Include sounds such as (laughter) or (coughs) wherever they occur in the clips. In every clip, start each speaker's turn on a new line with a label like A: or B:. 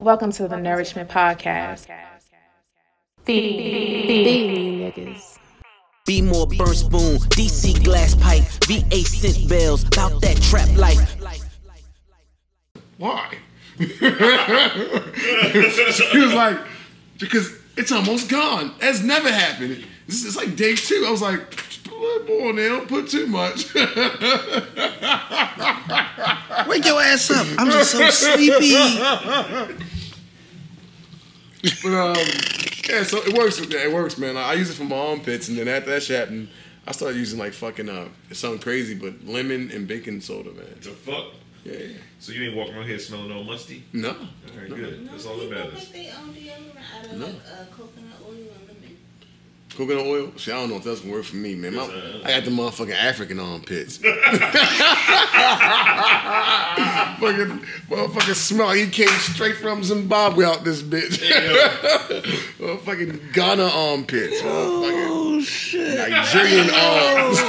A: Welcome to the Nourishment Podcast. Feed me, niggas.
B: Be more burn spoon, DC glass pipe, VA scent bells, bout that trap life.
C: why? (laughs) she was like, because it's almost gone. That's never happened. This is like day two. I was like, boy, now don't put too much. (laughs)
B: Wake your ass up. I'm just so sleepy.
C: But um, yeah, so it works. with that. It works, man. I, I use it for my armpits, and then after that shit happened, I started using like fucking uh, it sounds crazy, but lemon and baking soda, man.
D: The fuck?
C: Yeah, yeah.
D: So you ain't walking around here smelling all musty?
C: no.
D: All right, good. That's all that
E: people
D: matters.
E: make their own deodorant out of
C: No.
E: like uh, coconut oil and lemon.
C: Coconut oil? See, I don't know if that's gonna work for me, man. My- I got the motherfucking African (laughs) armpits. fucking motherfucking smell. He came straight from Zimbabwe out this bitch. (laughs) motherfucking Ghana armpits. Motherfucking
B: Oh shit.
C: Nigerian arms. (laughs)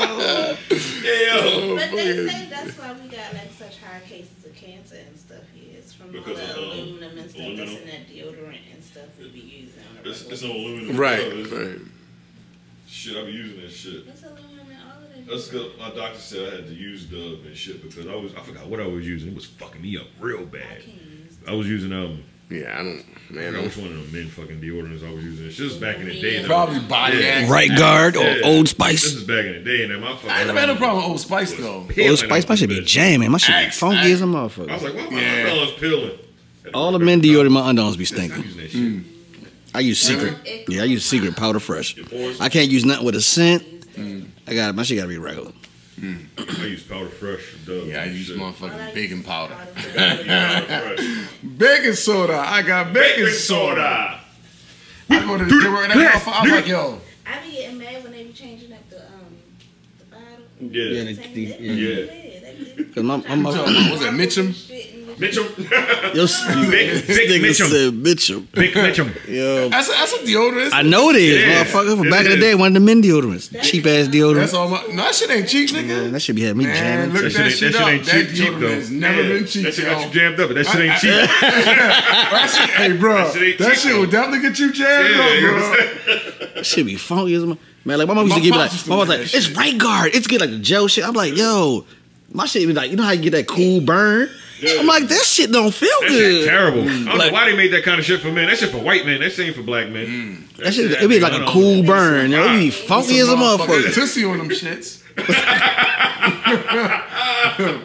D: (laughs) Yeah.
E: But they
C: yeah.
E: say that's why we got like such high cases of cancer and stuff here. It's from all
D: Because
E: the
D: of, um,
E: aluminum and stuff that's
D: aluminum?
E: in that deodorant and stuff we be using. on a
D: It's, it's
E: regular
D: no
E: basis.
D: aluminum.
C: Right,
D: It's-
C: right.
D: Shit, I've been using that shit.
E: It's aluminum in all of that.
D: That's good. My doctor said I had to use Dove and shit because I was I forgot what I was using. It was fucking me up real
E: I
D: bad. (laughs)
E: can't use
D: I was using um
C: Yeah, I don't
D: I
C: man.
D: forgot
C: I'm
D: which one of them men fucking deodorants I was using. This is back in the day. though.
C: probably body
D: Yeah.
C: action.
F: Right Guard or
D: Yeah.
F: Old
D: This
F: Spice.
D: is back in the day, and then my fucking.
C: I ain't never had no problem with Old Spice though.
F: Old Spice, my shit be jamming. My shit be
C: Axe,
F: funky as a
D: I was
F: motherfucker.
D: like, why my
C: Yeah.
D: underarms peeling?
F: All the men deodorant, my underarms be
D: I'm
F: stinking.
D: using that shit.
F: I use secret. Yeah, I use secret powder fresh. I can't use nothing with a scent. I got my shit. Got to be regular.
D: I use powder fresh. Dove.
C: Yeah, I
D: and
C: use
D: shit.
C: motherfucking baking powder.
D: (laughs) I use powder fresh.
C: Baking soda. I got baking,
D: baking
C: soda.
D: soda.
C: I go to the gym and that motherfucker. I'm like, yo.
E: I be getting mad when they be changing up the um the bottle.
D: Yeah.
F: Yeah.
E: Same thing.
F: Yeah.
E: They be-
F: Cause my, my, my,
C: So,
F: (coughs)
C: what was that, Mitchum?
E: Shit in the-
D: Mitchum. (laughs)
F: yo, s-
D: Big-
F: this
D: Big
F: nigga
D: Mitchum.
F: said Mitchum.
D: Big Mitchum.
F: Yo,
C: That's a, that's a deodorant.
F: I know it is,
D: Yeah,
F: motherfucker. From
D: it
F: back in the
D: is.
F: day, one of the men deodorants,
E: That's-
F: cheap ass
C: That's
F: deodorant.
C: all my. No, that shit ain't cheap, nigga.
F: Man, that should be had me
C: Man,
F: jamming.
C: look
D: That
C: that,
D: shit ain't-
C: shit
D: that
C: up.
D: shit ain't cheap,
C: that
D: cheap,
C: deodorant
D: though.
C: has never
D: Yeah,
C: been cheap,
D: That shit
C: y'all.
D: got you jammed up, but that shit ain't cheap.
C: Hey, bro, that
D: That
C: shit,
D: shit ain't cheap,
C: will
D: though.
C: definitely get you jammed up, bro.
F: That shit be funky as a mo- man. Like my mom used to
C: My
F: give me
C: pops
F: like,
C: used to
F: my mom was
C: do
F: like,
C: that
F: it's
C: shit.
F: right guard. It's good like the gel shit. I'm like, yo, my shit be like, you know how you get that cool burn? I'm like, that shit don't feel
D: That shit
F: good.
D: terrible. I don't know
F: Like-
D: why they made that kind of shit for men. That shit for white men. That shit ain't for black men.
C: Mm.
F: That shit, it be like a
D: Mmm.
F: cool burn. Yo, it be funky as a
C: Motherfucking
F: motherfucker.
C: Tootsie on them shits.
D: Fucking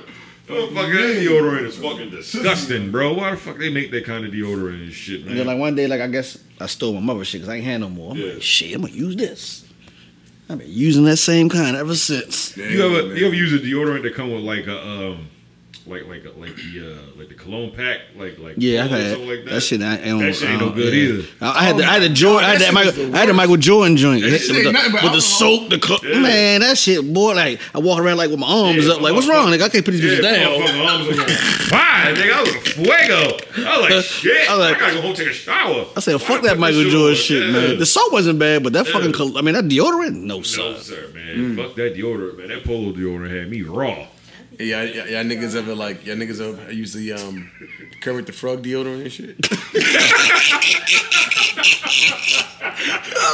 D: that deodorant is fucking disgusting, bro. Why the fuck they make that kind of deodorant and shit,
F: And then
D: man?
F: like one day, like I guess I stole my mother's shit because I ain't had no more. I'm
D: Yeah.
F: like, shit, I'm gonna use this. I've been using that same kind ever since.
D: You ever you ever use a deodorant that come with like a um like like like the uh, like the cologne pack like like
F: Yeah, I've
D: cologne or
F: had
D: something
F: that shit. I, I don't,
D: That shit ain't
F: I
D: no
F: don't-
D: good
F: yeah.
D: either.
F: I, I had
C: Oh,
F: the, I had the
C: my
F: Jordan,
C: God,
F: I
C: that
F: had that
C: shit
F: Michael,
C: is the
F: I had the
C: worst.
F: Michael Jordan joint
C: That shit
F: with
C: ain't
F: the,
C: nothing but
F: with the
C: alcohol.
F: soap, the cup.
D: Yeah.
F: Man, that shit, boy. Like I walk around like with my arms
D: Yeah,
F: up, like what's wrong? Nigga, I can't put these
D: Yeah,
F: bitches down.
D: motherfucking arms are going, fine, nigga. I was a fuego. I was like, shit.
F: (laughs) I
D: I,
F: was like-
D: gotta go home take a shower.
F: I said,
D: Why
F: fuck
D: the
F: that Michael
D: this
F: Jordan
D: on?
F: shit,
D: Yeah.
F: man. The soap wasn't bad, but that
D: Yeah.
F: fucking, col- I mean, that deodorant, no,
D: No,
F: sir.
D: sir,
F: Mm.
D: man. Fuck that deodorant, man. That polo deodorant had me raw.
C: Yeah, y'all, y'all- y'all niggas ever like y'all niggas ever use the um Kermit the Frog deodorant and (laughs) shit?
F: I've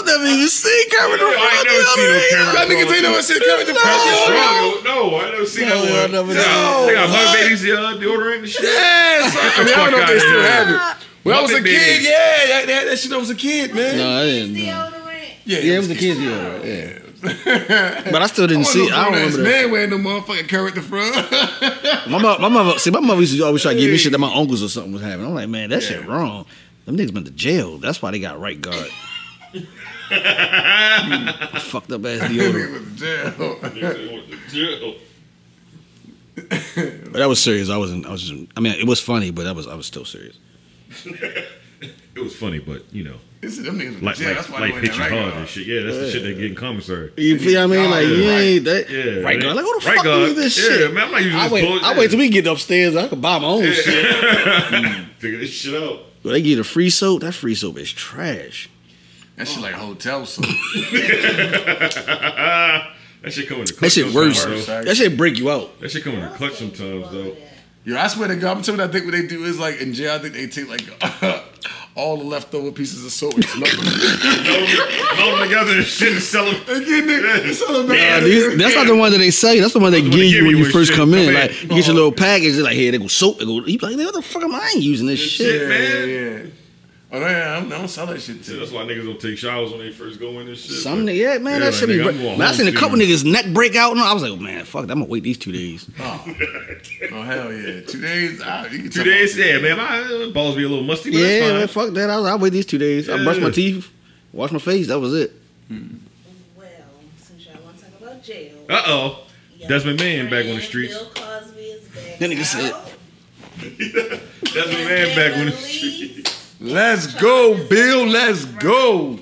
F: never even seen Kermit the
D: Yeah, I ain't never seen no Kermit
C: y'all niggas ain't never seen Kermit the Frog
D: That's
C: deodorant.
D: wrong. No, I ain't never seen
F: Oh, No, I
D: that
F: never
D: one.
F: did.
D: No, they got Muppet Babies uh, deodorant and shit.
C: Yes, I,
D: the
C: mean, I don't
D: fuck
C: know if they
D: outta
C: still
D: here.
C: have it. When I was a
D: Muppet Babies.
C: kid, yeah, that, that, that shit. I was a kid, man.
F: No, I
E: It's
F: didn't. know.
E: deodorant.
C: Yeah,
F: Yeah,
C: I
F: it was the kids deodorant. Yeah, but I still didn't
C: wasn't
F: see.
C: no
F: I don't
C: grown-ass
F: remember. that.
C: Man wearing no motherfucking Kermit the (laughs) Frog.
F: My mother, my mother, see, my mother used to always try to give me shit that my uncles or something was having. I'm like, man, that shit wrong. Them niggas been to jail. That's why they got right guard. (laughs) I fucked up ass deodorant.
C: Nigga was in jail.
D: Niggas, they went to jail.
F: But that was serious. I wasn't. I was. Just, I mean, it was funny, but I was. I was still serious.
D: It was funny, but you know,
C: This is them niggas was
D: like
C: in jail. That's
D: like,
C: why they
D: like
C: went
D: hit
C: that
D: you
C: right
D: hard
C: guard.
D: and shit. Yeah, that's the shit they get in commissary.
F: You feel what I mean? Like you
C: Yeah.
F: ain't that
D: Yeah,
F: right guard. Like who the
D: right
F: fuck
D: guard.
F: is this
D: yeah,
F: shit?
D: man, I'm not using
F: I
D: this
F: wait.
D: bullshit.
F: I wait till we get upstairs. I could buy my own shit.
D: figure this shit out.
F: But they get a free soap. That free soap is trash.
C: That shit like hotel soap.
D: That shit come in the clutch.
F: That shit
D: sometimes,
F: worse.
D: though.
F: That shit break you out.
D: That shit come in the
E: Girls
D: clutch
E: can't do
D: sometimes
E: all
D: though.
E: of that.
C: Yo, I swear to God, I'm telling you, I think what they do is like in jail. I think they take like (laughs) all the leftover pieces of soap and smell them. (laughs)
D: Melt them together and shit and sell them.
C: They get it, they sell them back.
F: Yeah, these- that's not the one that they sell you. That's the one they
D: That's
F: give
D: the one they
F: you
D: give
F: when
D: you
F: you
D: when
F: first
D: shit
F: come in.
D: come in. Oh.
F: Like, you get your little package. They're like, here, they go soap. They go. You be like, man, what the fuck am I using this shit?
D: shit.
C: Yeah,
D: man.
C: yeah, yeah. Oh, yeah, I don't, I don't sell that shit
D: Yeah,
C: too.
D: that's why niggas don't take showers when they first go in and shit.
F: Some
D: Like,
F: nigga, yeah, man,
D: yeah,
F: that shit be.
D: nigga,
F: bra-
D: I'm going
F: man, I
D: home
F: seen a couple
D: soon.
F: niggas neck break out, and I was like, "Oh, man, fuck, that, I'm gonna wait these two days.
C: Oh, oh hell yeah, two days. ah, you can
D: (laughs) Two
C: talk about
D: days,
C: it.
D: yeah, man. My uh, balls be a little musty, but
F: yeah,
D: that's fine.
F: man, fuck that. I was, I'll wait these two days. I brushed my
D: Yeah.
F: teeth, washed my face. That was it.
E: Well, since y'all want to talk about jail,
D: Uh oh.
E: your
D: Desmond Mann back on the
E: friend
D: streets.
E: Bill Cosby is back.
F: That nigga said-
E: out.
D: That's my
E: He's
D: man
E: been
D: back when it's (laughs)
E: released.
C: Let's go, Bill. Let's go,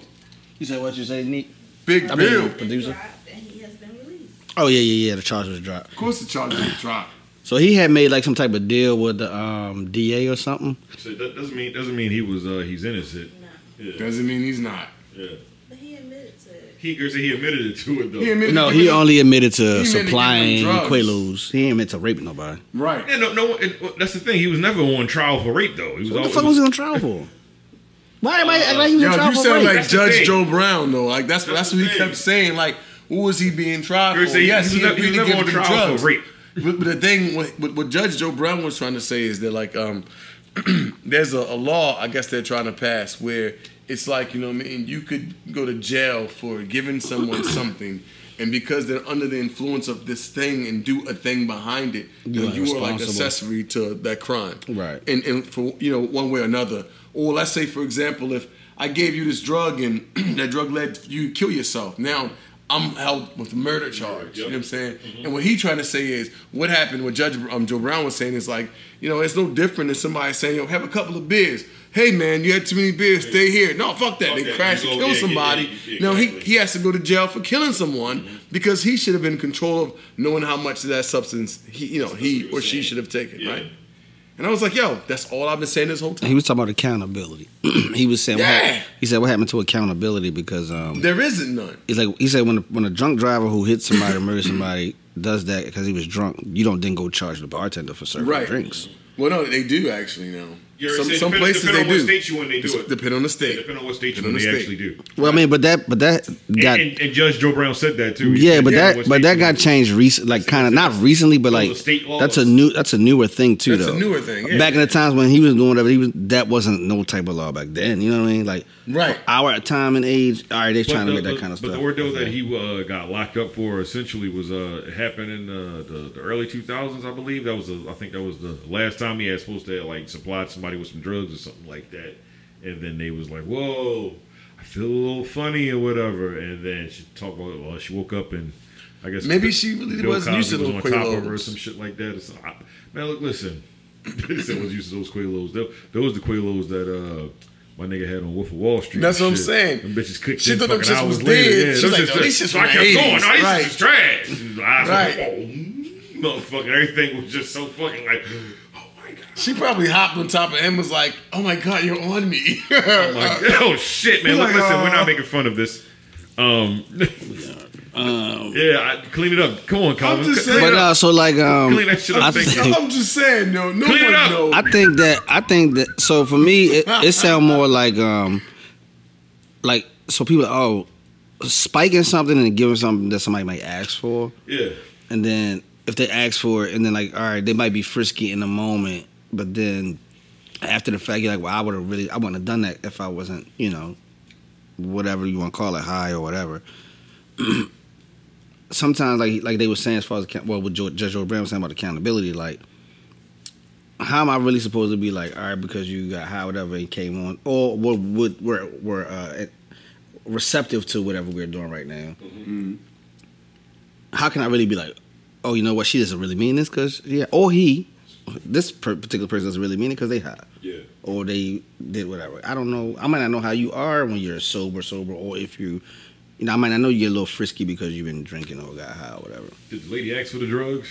F: You said what you say, Nick?
C: Big
F: I mean-
C: Bill.
E: Been
F: Producer.
E: dropped And he has been released.
F: Oh yeah, yeah, yeah. The charge was dropped.
C: Of course, the charges will drop.
F: So he had made like some type of deal with the um, DA or something.
D: So that doesn't mean doesn't mean he was uh he's innocent.
E: No,
D: Yeah,
C: Doesn't mean he's not.
D: yeah.
E: but he admitted to it.
D: He or he admitted it to it though.
C: He admitted
F: No, he only admitted
C: meant to
F: to
C: give him
F: supplying
C: drugs.
F: Quaaludes. He ain't meant to rape nobody.
C: right.
D: Yeah, no, no. It, well, that's the thing. He was never on trial for rape though. He was
F: What the
D: always
F: fuck was he on trial for? Why am I acting like he was
C: Yo,
F: on
C: Uh, you
F: trial for
C: sound
F: rape?
C: like
D: That's the
C: Judge
D: thing.
C: Joe Brown though. Like that's that's
D: That's
C: what he
D: the thing.
C: kept saying. Like, who was he being tried
D: He was
C: for?
D: saying-
C: yes,
D: he
C: he
D: was never- he
C: agreed
D: was
C: to
D: never
C: give
D: on
C: them
D: trial for
C: drugs.
D: rape.
C: But, but the thing, what, what- what Judge Joe Brown was trying to say is that like, um, (clears throat) there's a, a law I guess they're trying to pass where it's like you know what I mean. You could go to jail for giving
D: (clears throat)
C: someone something. And because they're under the influence of this thing and do a thing behind it,
F: You're
C: then
F: not
C: you are like
F: responsible.
C: accessory to that crime.
F: Right.
C: And and for you know one way or another. Or let's say for example, if I gave you this drug and (clears throat) that drug led you to kill yourself. Now I'm held with a murder charge. You know what I'm saying?
D: Mm-hmm.
C: And what he trying to say is what happened. What Judge um, Joe Brown was saying is like you know it's no different than somebody saying yo have a couple of beers. Hey man, you had too many beers. Stay here. No, fuck that.
D: Fuck
C: they
D: that.
C: crash
D: You
C: and
D: go-
C: kill
D: yeah, yeah,
C: somebody.
D: yeah, yeah,
C: Now he
D: exactly. Mm-hmm.
C: he has to go to jail for killing someone because he should have been in control of knowing how much of that substance he you know
D: what
C: he
D: he
C: or
D: was
C: she
D: saying.
C: should have taken.
D: Yeah.
C: Right. And I was like, yo, that's all I've been saying this whole time.
F: He was talking about accountability. (clears throat) he was saying, what
C: Yeah.
F: hap- he said, what happened to accountability? Because um,
C: There isn't none.
F: he's like, he said, when a, when a drunk driver who hits somebody, or murders somebody, does that because he was drunk, you don't then go charge the bartender for serving
C: Right.
F: drinks.
C: Well, no, they do actually now.
D: You're-
C: some
D: it
C: some
D: depends-
C: places
D: depend
C: they
D: on what
C: do.
D: state you in, they do
C: Just
D: it.
C: Depend on the state.
D: Depending on what state
C: Depend
D: you're in,
C: on
D: they
C: the
D: actually do.
F: Well, I mean, but that, but that got,
D: and, and, and Judge Joe Brown said that too. He
F: yeah,
D: said,
F: but
D: "Depending on
F: that,
D: what
F: but
D: state
F: that
D: you
F: got
D: in."
F: changed recently, like kind of not recently, but
D: Those
F: like
D: are Oh, state laws.
F: that's a new, that's a newer thing too,
C: That's
F: though.
C: a newer thing. Yeah.
F: Back in the times when he was doing whatever he was, that wasn't no type of law back then. You know what I mean? Like
C: Right.
F: our time and age. All right, they're
D: But
F: trying
D: the-
F: to make
D: the-
F: that kind of
D: But
F: stuff.
D: the ordeal that he uh, got locked up for essentially was uh, it happened in uh, the, the early 2000s, I believe. That was the, I think that was the last time he had supposed to like supplied somebody with some drugs or something like that, and then they was like, "Whoa, I feel a little funny or whatever," and then she talked about, well, she woke up and. I guess
C: Maybe she really wasn't used to
D: Cosby
C: those
D: was on top of her or
C: Quaaludes.
D: some shit like that. Or something. I, man, look, listen. (laughs) They said was used to those Quaaludes. Tho- Those the Quaaludes that uh, my nigga had on Wolf of Wall Street.
C: That's
D: and
C: what I'm
D: shit.
C: saying.
D: Them bitches cooked
C: She
D: she
C: thought
D: thought
C: them shits
D: hours
C: was
D: later.
C: dead.
D: Yeah,
C: She
D: those
C: like,
D: shits-
C: "Oh, these shits
D: so I
C: from
D: kept
C: the
D: going.
C: 80s."
D: No, these
C: Right.
D: shits is trash. And I was
C: Right.
D: like, oh, mm, motherfucker, everything was just so fucking like, oh my god.
C: She probably hopped on top of him and was like, oh my God, you're on me.
D: I'm like, (laughs) oh shit, man.
C: Uh, He's
D: Look,
C: like,
D: listen, we're
C: uh,
D: not making fun of this. Um,
F: um,
D: (laughs) yeah, I, clean it up. Come on, Calvin.
C: just
D: Clean
C: saying-
D: it
F: But
D: up.
F: uh, so like um,
D: Clean that shit up,
F: I
D: big
F: think,
C: (laughs) I'm just saying, no, no
D: Clean it
C: one
D: up.
C: knows.
F: I think that I think that so for me it, it sounds more like um, like so people oh spiking something and giving something that somebody might ask for,
D: Yeah.
F: and then if they ask for it, and then like all right, they might be frisky in the moment, but then after the fact, you're like, well, I would have really, I wouldn't have done that if I wasn't, you know, whatever you want to call it, high or whatever. (clears throat) Sometimes, like like they were saying, as far as account- well, what Jo- Judge Joe Brown was saying about accountability, like. How am I really supposed to be like, all right, because you got high, whatever, and came on, or what would were were uh, receptive to whatever we're doing right now? How can I really be like, oh, you know what, she doesn't really mean this, because yeah, or he, this per- particular person doesn't really mean it because they high
D: Yeah.
F: or they did whatever. I don't know. I might not know how you are when you're sober, sober, or if you, you know, I might not know you're a little frisky because you've been drinking or got high or whatever.
D: Did the lady ask for the drugs?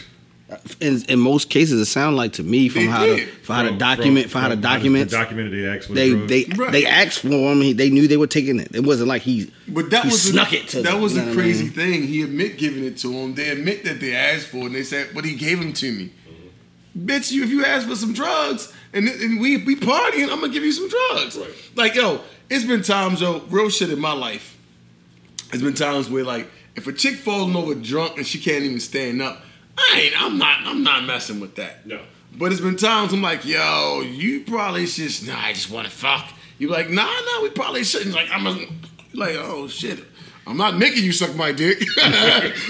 F: In, in most cases, it sound like to me from
C: They
F: how to
C: did.
F: for how to
D: From-
F: document for
D: from-
F: how to
D: from
F: document.
D: Documented they asked for the
F: They
D: drugs.
F: they
C: Right.
F: they asked for him. He, they knew they were taking it. It wasn't like he.
C: But that
F: he
C: was
F: snuck
C: a,
F: it to
C: that
F: them,
C: was
F: you
C: a
F: know what I
C: crazy
F: mean?
C: thing. He admit giving it to him. They admit that they asked for it, and they said, "But he gave them to me." bitch, you if you ask for some drugs and, and we we partying, I'm gonna give you some drugs.
G: Right.
C: Like yo, it's been times yo, real shit in my life. There's been times where like if a chick falling over drunk and she can't even stand up, I ain't I'm not I'm not messing with that.
G: No.
C: But it's been times I'm like, yo, you probably just nah, I just wanna fuck. You like, nah, nah, we probably shouldn't. Like I'm a, like, oh shit. I'm not making you suck my dick. (laughs)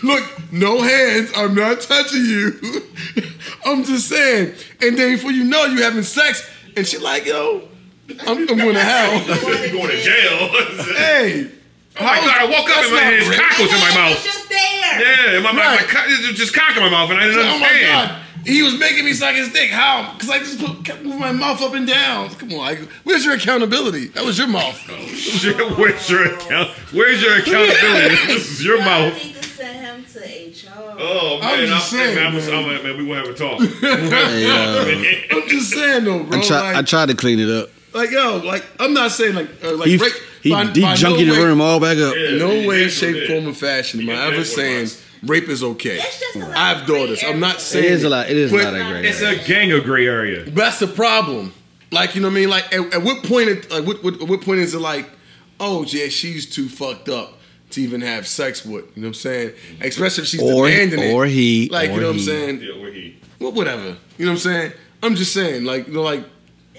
C: Look, no hands. I'm not touching you. (laughs) I'm just saying. And then before you know, you having sex, and she like, yo, I'm, I'm going to hell.
D: (laughs)
G: you going to jail.
C: hey,
D: Oh my god! I woke up
C: That's
D: and my
C: not
D: his
C: real.
D: cock was in my
E: It's
D: mouth.
E: just there.
D: Yeah, and my, my, my
C: Right.
D: cock, it was just cock in my mouth, and I didn't
C: Oh my
D: understand.
C: god. He was making me suck his dick. How? Because I just put, kept moving my mouth up and down. Come on, I, where's your accountability? That was your
D: (laughs)
C: mouth.
D: Shit, Where's your account? Where's your accountability? this is your
E: Y'all
D: mouth.
E: need to send him to HR.
D: Oh
C: I'm
D: man, I'm,
C: just saying,
D: man, I'm,
C: man.
D: I'm like, man, we will have a talk.
F: Hey, uh,
C: I'm just saying though, (laughs) bro.
F: I, try,
C: like,
F: I tried to clean it up.
C: like, yo, like I'm not saying like uh, like
F: He,
C: rape-
F: he,
C: by-
F: he
C: by no
F: junkied the
C: way-
F: room all back up.
D: Yeah,
C: no
D: you
C: way,
D: did
C: shape,
D: what
C: form, or fashion am
D: You
C: I
D: did
C: ever
D: what
C: saying
D: was.
C: rape is okay.
E: It's just a lot
C: I have
E: of gray
C: daughters. I'm not
E: area.
C: saying
F: It is a lot- it is a
C: but
F: lot of
D: (laughs)
F: gray
D: It's a gang of gray area.
C: But that's the problem. Like you know what I mean? Like at, at what point? It, like what, what, what point is it like? Oh yeah, she's too fucked up to even have sex with. You know what I'm saying? Especially if she's
F: Or-
C: demanding
F: or
C: it.
F: he-
C: Like
F: or
C: you know what I'm
F: he.
C: saying?
D: Yeah, where he.
C: Well, whatever. You know what I'm saying? I'm just saying. Like you know, like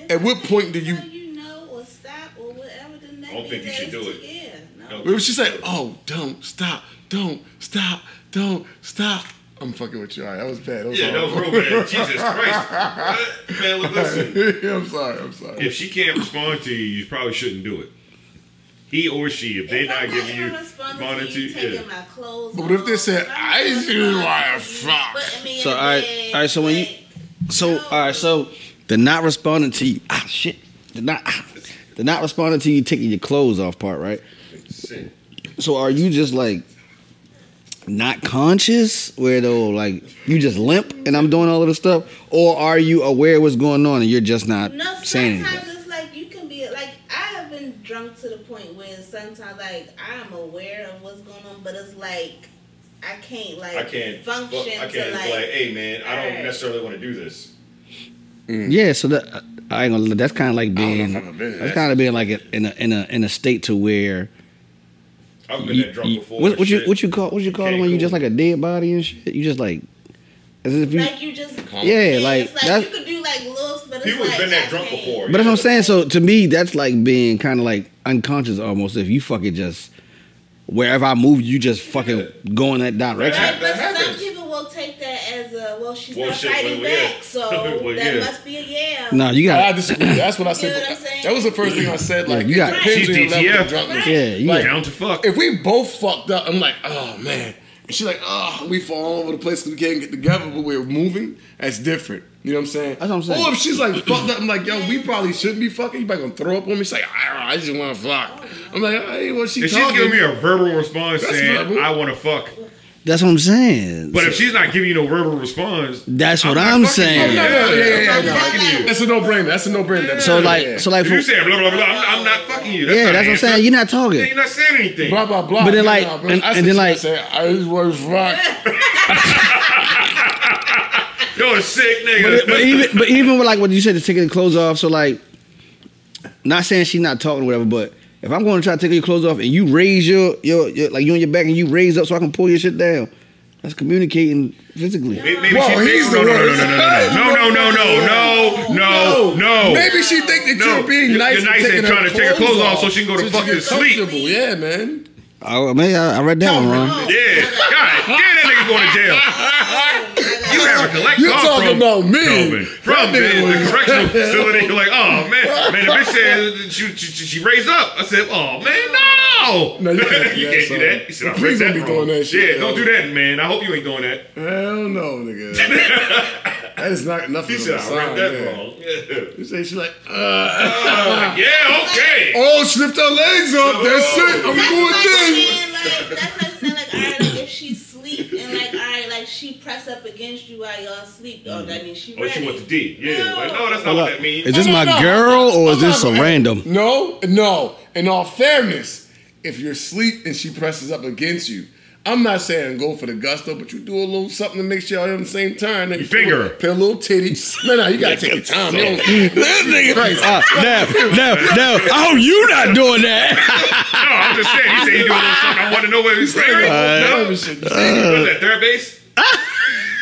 C: at what point do you?
E: So you know or stop or whatever the next
D: don't think you should do it.
E: Yeah. No.
D: No.
C: If she said, "Oh, don't stop, don't stop, don't stop," I'm fucking with you. All right, that was bad. That was
D: Yeah, no,
C: horrible.
D: bro,
F: (laughs)
D: man. Jesus Christ, What? man. look, Listen,
C: (laughs) I'm sorry. I'm sorry.
D: if she can't respond to you, you probably shouldn't do it. He or she, if they're
E: If I'm
D: not giving you
E: responding
D: responding
E: to you,
D: to,
E: taking
D: yeah.
E: my clothes
C: But what if they
E: off,
C: said,
E: if I'm
C: "I
E: not
C: just wanna
E: responding to you,
C: fuck."
E: put me in
F: So,
E: the
F: alright-
E: bed,
F: alright, so when you-
E: like,
F: So
E: No.
F: all right, so the not responding to you. Ah shit. The not ah, the not responding to you taking your clothes off part, right?
D: Shit.
F: So are you just like not conscious where though like you just limp and I'm doing all of this stuff? Or are you aware of what's going on and you're just not
E: No,
F: saying
E: sometimes
F: anything?
E: it's like you can be like I have been drunk to the point where sometimes like I'm aware of what's going on, but it's like I can't like
D: I can't
E: function
D: I can't
E: to like,
D: like, hey man, I don't
E: alright.
D: necessarily want to do this.
F: Yeah, so that I ain't gonna that's kinda like
C: don't know
F: being
C: if I've been in
F: that's
C: that.
F: kinda being like in a in a in a state to where
D: I've been
F: you,
D: that drunk
F: you-
D: before.
F: what, what you
D: shit.
F: what you call what you call it
D: Can't
F: when you just
D: cool.
F: like a dead body and shit? You just like as if you
E: like you just
F: Yeah, like,
E: it's like
F: that's-
E: you could do like looks, but it's
D: People's
E: like,
D: been that
E: I
D: drunk
E: can't.
D: before.
F: But that's
D: yeah.
F: what I'm saying. So to me, that's like being kind of like unconscious almost. If you fucking just wherever I move, you just fucking go in that direction.
D: That- that
E: Right, but some
D: happens.
E: people will take that as a well, she's
D: Well,
E: not
D: shit,
E: fighting
D: well, yeah.
E: back, so
D: (laughs) Well,
E: that
D: yeah.
E: must be a yeah.
F: No, you
C: I
F: got.
C: disagree. That's what I
E: You know
C: said.
E: what I'm saying?
C: that was the first thing I said. Like,
F: you got-
C: it depends
D: She's
C: on your level of
D: DTF.
C: drunkenness.
E: Right.
F: Yeah, you
C: Like,
F: got.
D: down to fuck.
C: If we both fucked up, I'm like, oh man. And she's like, oh, we fall all over the place 'cause we can't get together, but we're moving. That's different. You know what I'm saying?
F: That's what I'm saying.
C: Or if she's like fucked up, I'm like, yo, we probably shouldn't be fucking. You probably gonna throw up on me. She's like, "Ah, I, I just want to fuck. I'm like, hey, well, she
D: If she's
C: talking.
D: giving me a verbal response
C: That's
D: saying
C: verbal.
D: I want to fuck,
F: That's what I'm saying.
D: but
F: So
D: if she's not giving you no verbal response,
F: that's what
D: not fucking
F: I'm,
D: you.
F: saying.
C: Yeah, yeah, yeah, yeah,
D: I'm not
E: yeah.
D: fucking you.
C: That's a no brainer. That's a no brainer.
F: So
C: Yeah.
F: like, so like,
D: If you
F: for,
D: say blah blah blah, I'm, I'm not fucking you.
F: yeah,
D: not an
F: that's what I'm
D: answer.
F: saying. You're not
D: Yeah,
F: talking.
D: You're not saying anything.
C: blah blah blah.
F: But then,
C: Yeah,
F: like-
C: nah, bro.
F: and-
C: I
F: and
C: said
F: then,
C: she
F: like-
C: said, I just want to fuck.
D: Yo, a sick
F: But,
D: nigga.
F: it- but even, but even with like what you said, the taking the clothes off. So like, not saying she's not talking or whatever, but. If I'm going to try to take your clothes off and you raise your, your, your like you on your back and you raise up so I can pull your shit down, that's communicating physically.
D: (laughs) Maybe maybe
C: Whoa,
D: she
C: he's
D: thinks,
C: the
D: no, no, no, no,
C: worst.
D: no, no, no, no, no, no, no, no,
C: Maybe she think that
D: No.
C: you're being
D: You're
C: nice,
D: nice and
C: taking
D: trying to take her clothes off so she can go to
C: she
D: fucking
C: get
D: sleep.
C: comfortable. Yeah, man.
F: Oh man, I, I read that one wrong.
D: Yeah, God, damn, that nigga going to jail. You have a collect
C: You
D: call
C: talking
D: from
C: about me.
D: Kelvin. from
C: That
D: the,
C: nigga
D: the
C: was- (laughs)
D: correctional facility. You're like, oh man, man, the bitch said that she, she, she raised up. I said, oh man, no,
C: No, you
D: (laughs)
C: can't do
D: you
C: that,
D: can't do
C: son.
D: that. He said, I
C: Please
D: read
C: don't be
D: wrong.
C: doing that shit,
D: Yeah, don't
C: yo.
D: do that, man. I hope you ain't doing that.
C: Hell no, nigga. (laughs) that is not nothing.
D: He said,
C: of a
D: I read
C: sign,
D: that
C: man.
D: wrong. Yeah.
C: You say she's like, uh,
D: Uh, yeah, okay.
C: oh, lift her legs up. That's it. I'm
E: That's
D: (laughs)
C: going
E: like
C: thing.
E: saying, like, that's like saying, like, all right, like, if she sleep and, like, all right, like, she press up against you while y'all sleep, oh, that means she
D: Oh,
E: ready.
D: she went to D. Yeah, like, no, that's not what that means.
F: Is this my
C: No, no, no.
F: girl or is
C: I'm not-
F: this
C: (laughs)
F: a random?
C: No, no. In all fairness, if you're asleep and she presses up against you, I'm not saying go for the gusto, but you do a little something to make sure y'all at the same time. You
D: finger her.
C: Put a little titty. No, no, you gotta take your time. You don't, that nigga,
F: Uh, no, no, no.
C: (laughs)
F: Oh, you not doing that.
D: No, I'm just saying. You say you do a little something. I want to know where he's
C: All
D: fingering. No,
C: right.
D: what's that
C: (laughs)
D: third base?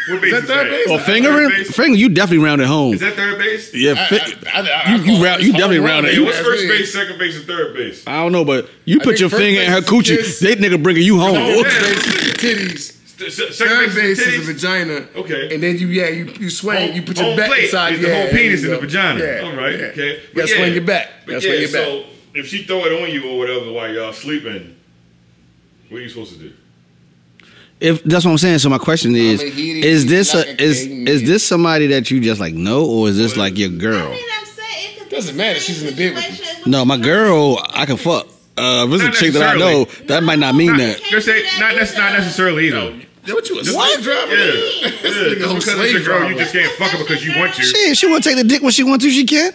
D: What base
C: that
D: is
C: third
D: that?
C: base?
F: Well,
C: Is
F: fingering, fingering, you definitely rounded home.
D: Is that third base?
F: Yeah,
C: I-
F: fi-
C: I- I- I-
F: You- you
C: I-
F: round- you
C: I-
F: definitely
C: I-
F: rounded.
D: Hey,
F: You-
D: what's first base, second base, and third base?
F: I don't know, but you put
C: think
F: your
C: first
F: finger in her
C: base is
F: coochie.
C: just-
F: that nigga bringing you home.
D: Oh,
C: First
D: yeah.
C: base is the titties.
D: S- Second
C: Third base
D: titties?
C: is the vagina.
D: Okay.
C: And then you, yeah, you, you swing.
D: Home-
C: you put your
D: home
C: back
D: plate
C: inside.
D: is
C: yeah,
D: the whole
C: there you
D: penis in the
C: go.
D: vagina.
C: Yeah,
D: All right,
C: yeah.
D: okay.
C: You
D: But
C: gotta swing your back.
D: But
C: That's
D: yeah,
C: swing your back.
D: so if she throw it on you or whatever while y'all sleeping, what are you supposed to do?
F: If that's what I'm saying, so my question is:
C: I'm a heated
F: Is this
C: like
F: a,
C: a
F: is
C: king.
F: is this somebody that you just like know, or is this like your
E: I
F: girl?
E: mean, I'm saying it could be
C: Doesn't
E: the
C: matter,
E: same
C: she's in the bed with you.
E: situation
F: No, my girl, I can fuck. Uh, if it's a
D: Not
F: chick that I know,
D: necessarily.
F: that might not mean
E: Not-
F: that.
E: Can't
D: Just
E: do
D: say
E: that
D: not. That's not
E: either.
D: necessarily either.
C: Yeah, what you a
F: What?
C: slave driver?
D: Yeah, yeah.
C: This nigga
D: Just
C: whole
D: because it's your
C: slave
D: girl, you
C: driver.
D: just can't fuck her because you want to.
F: Shit, she want to take the dick when she want to. She can.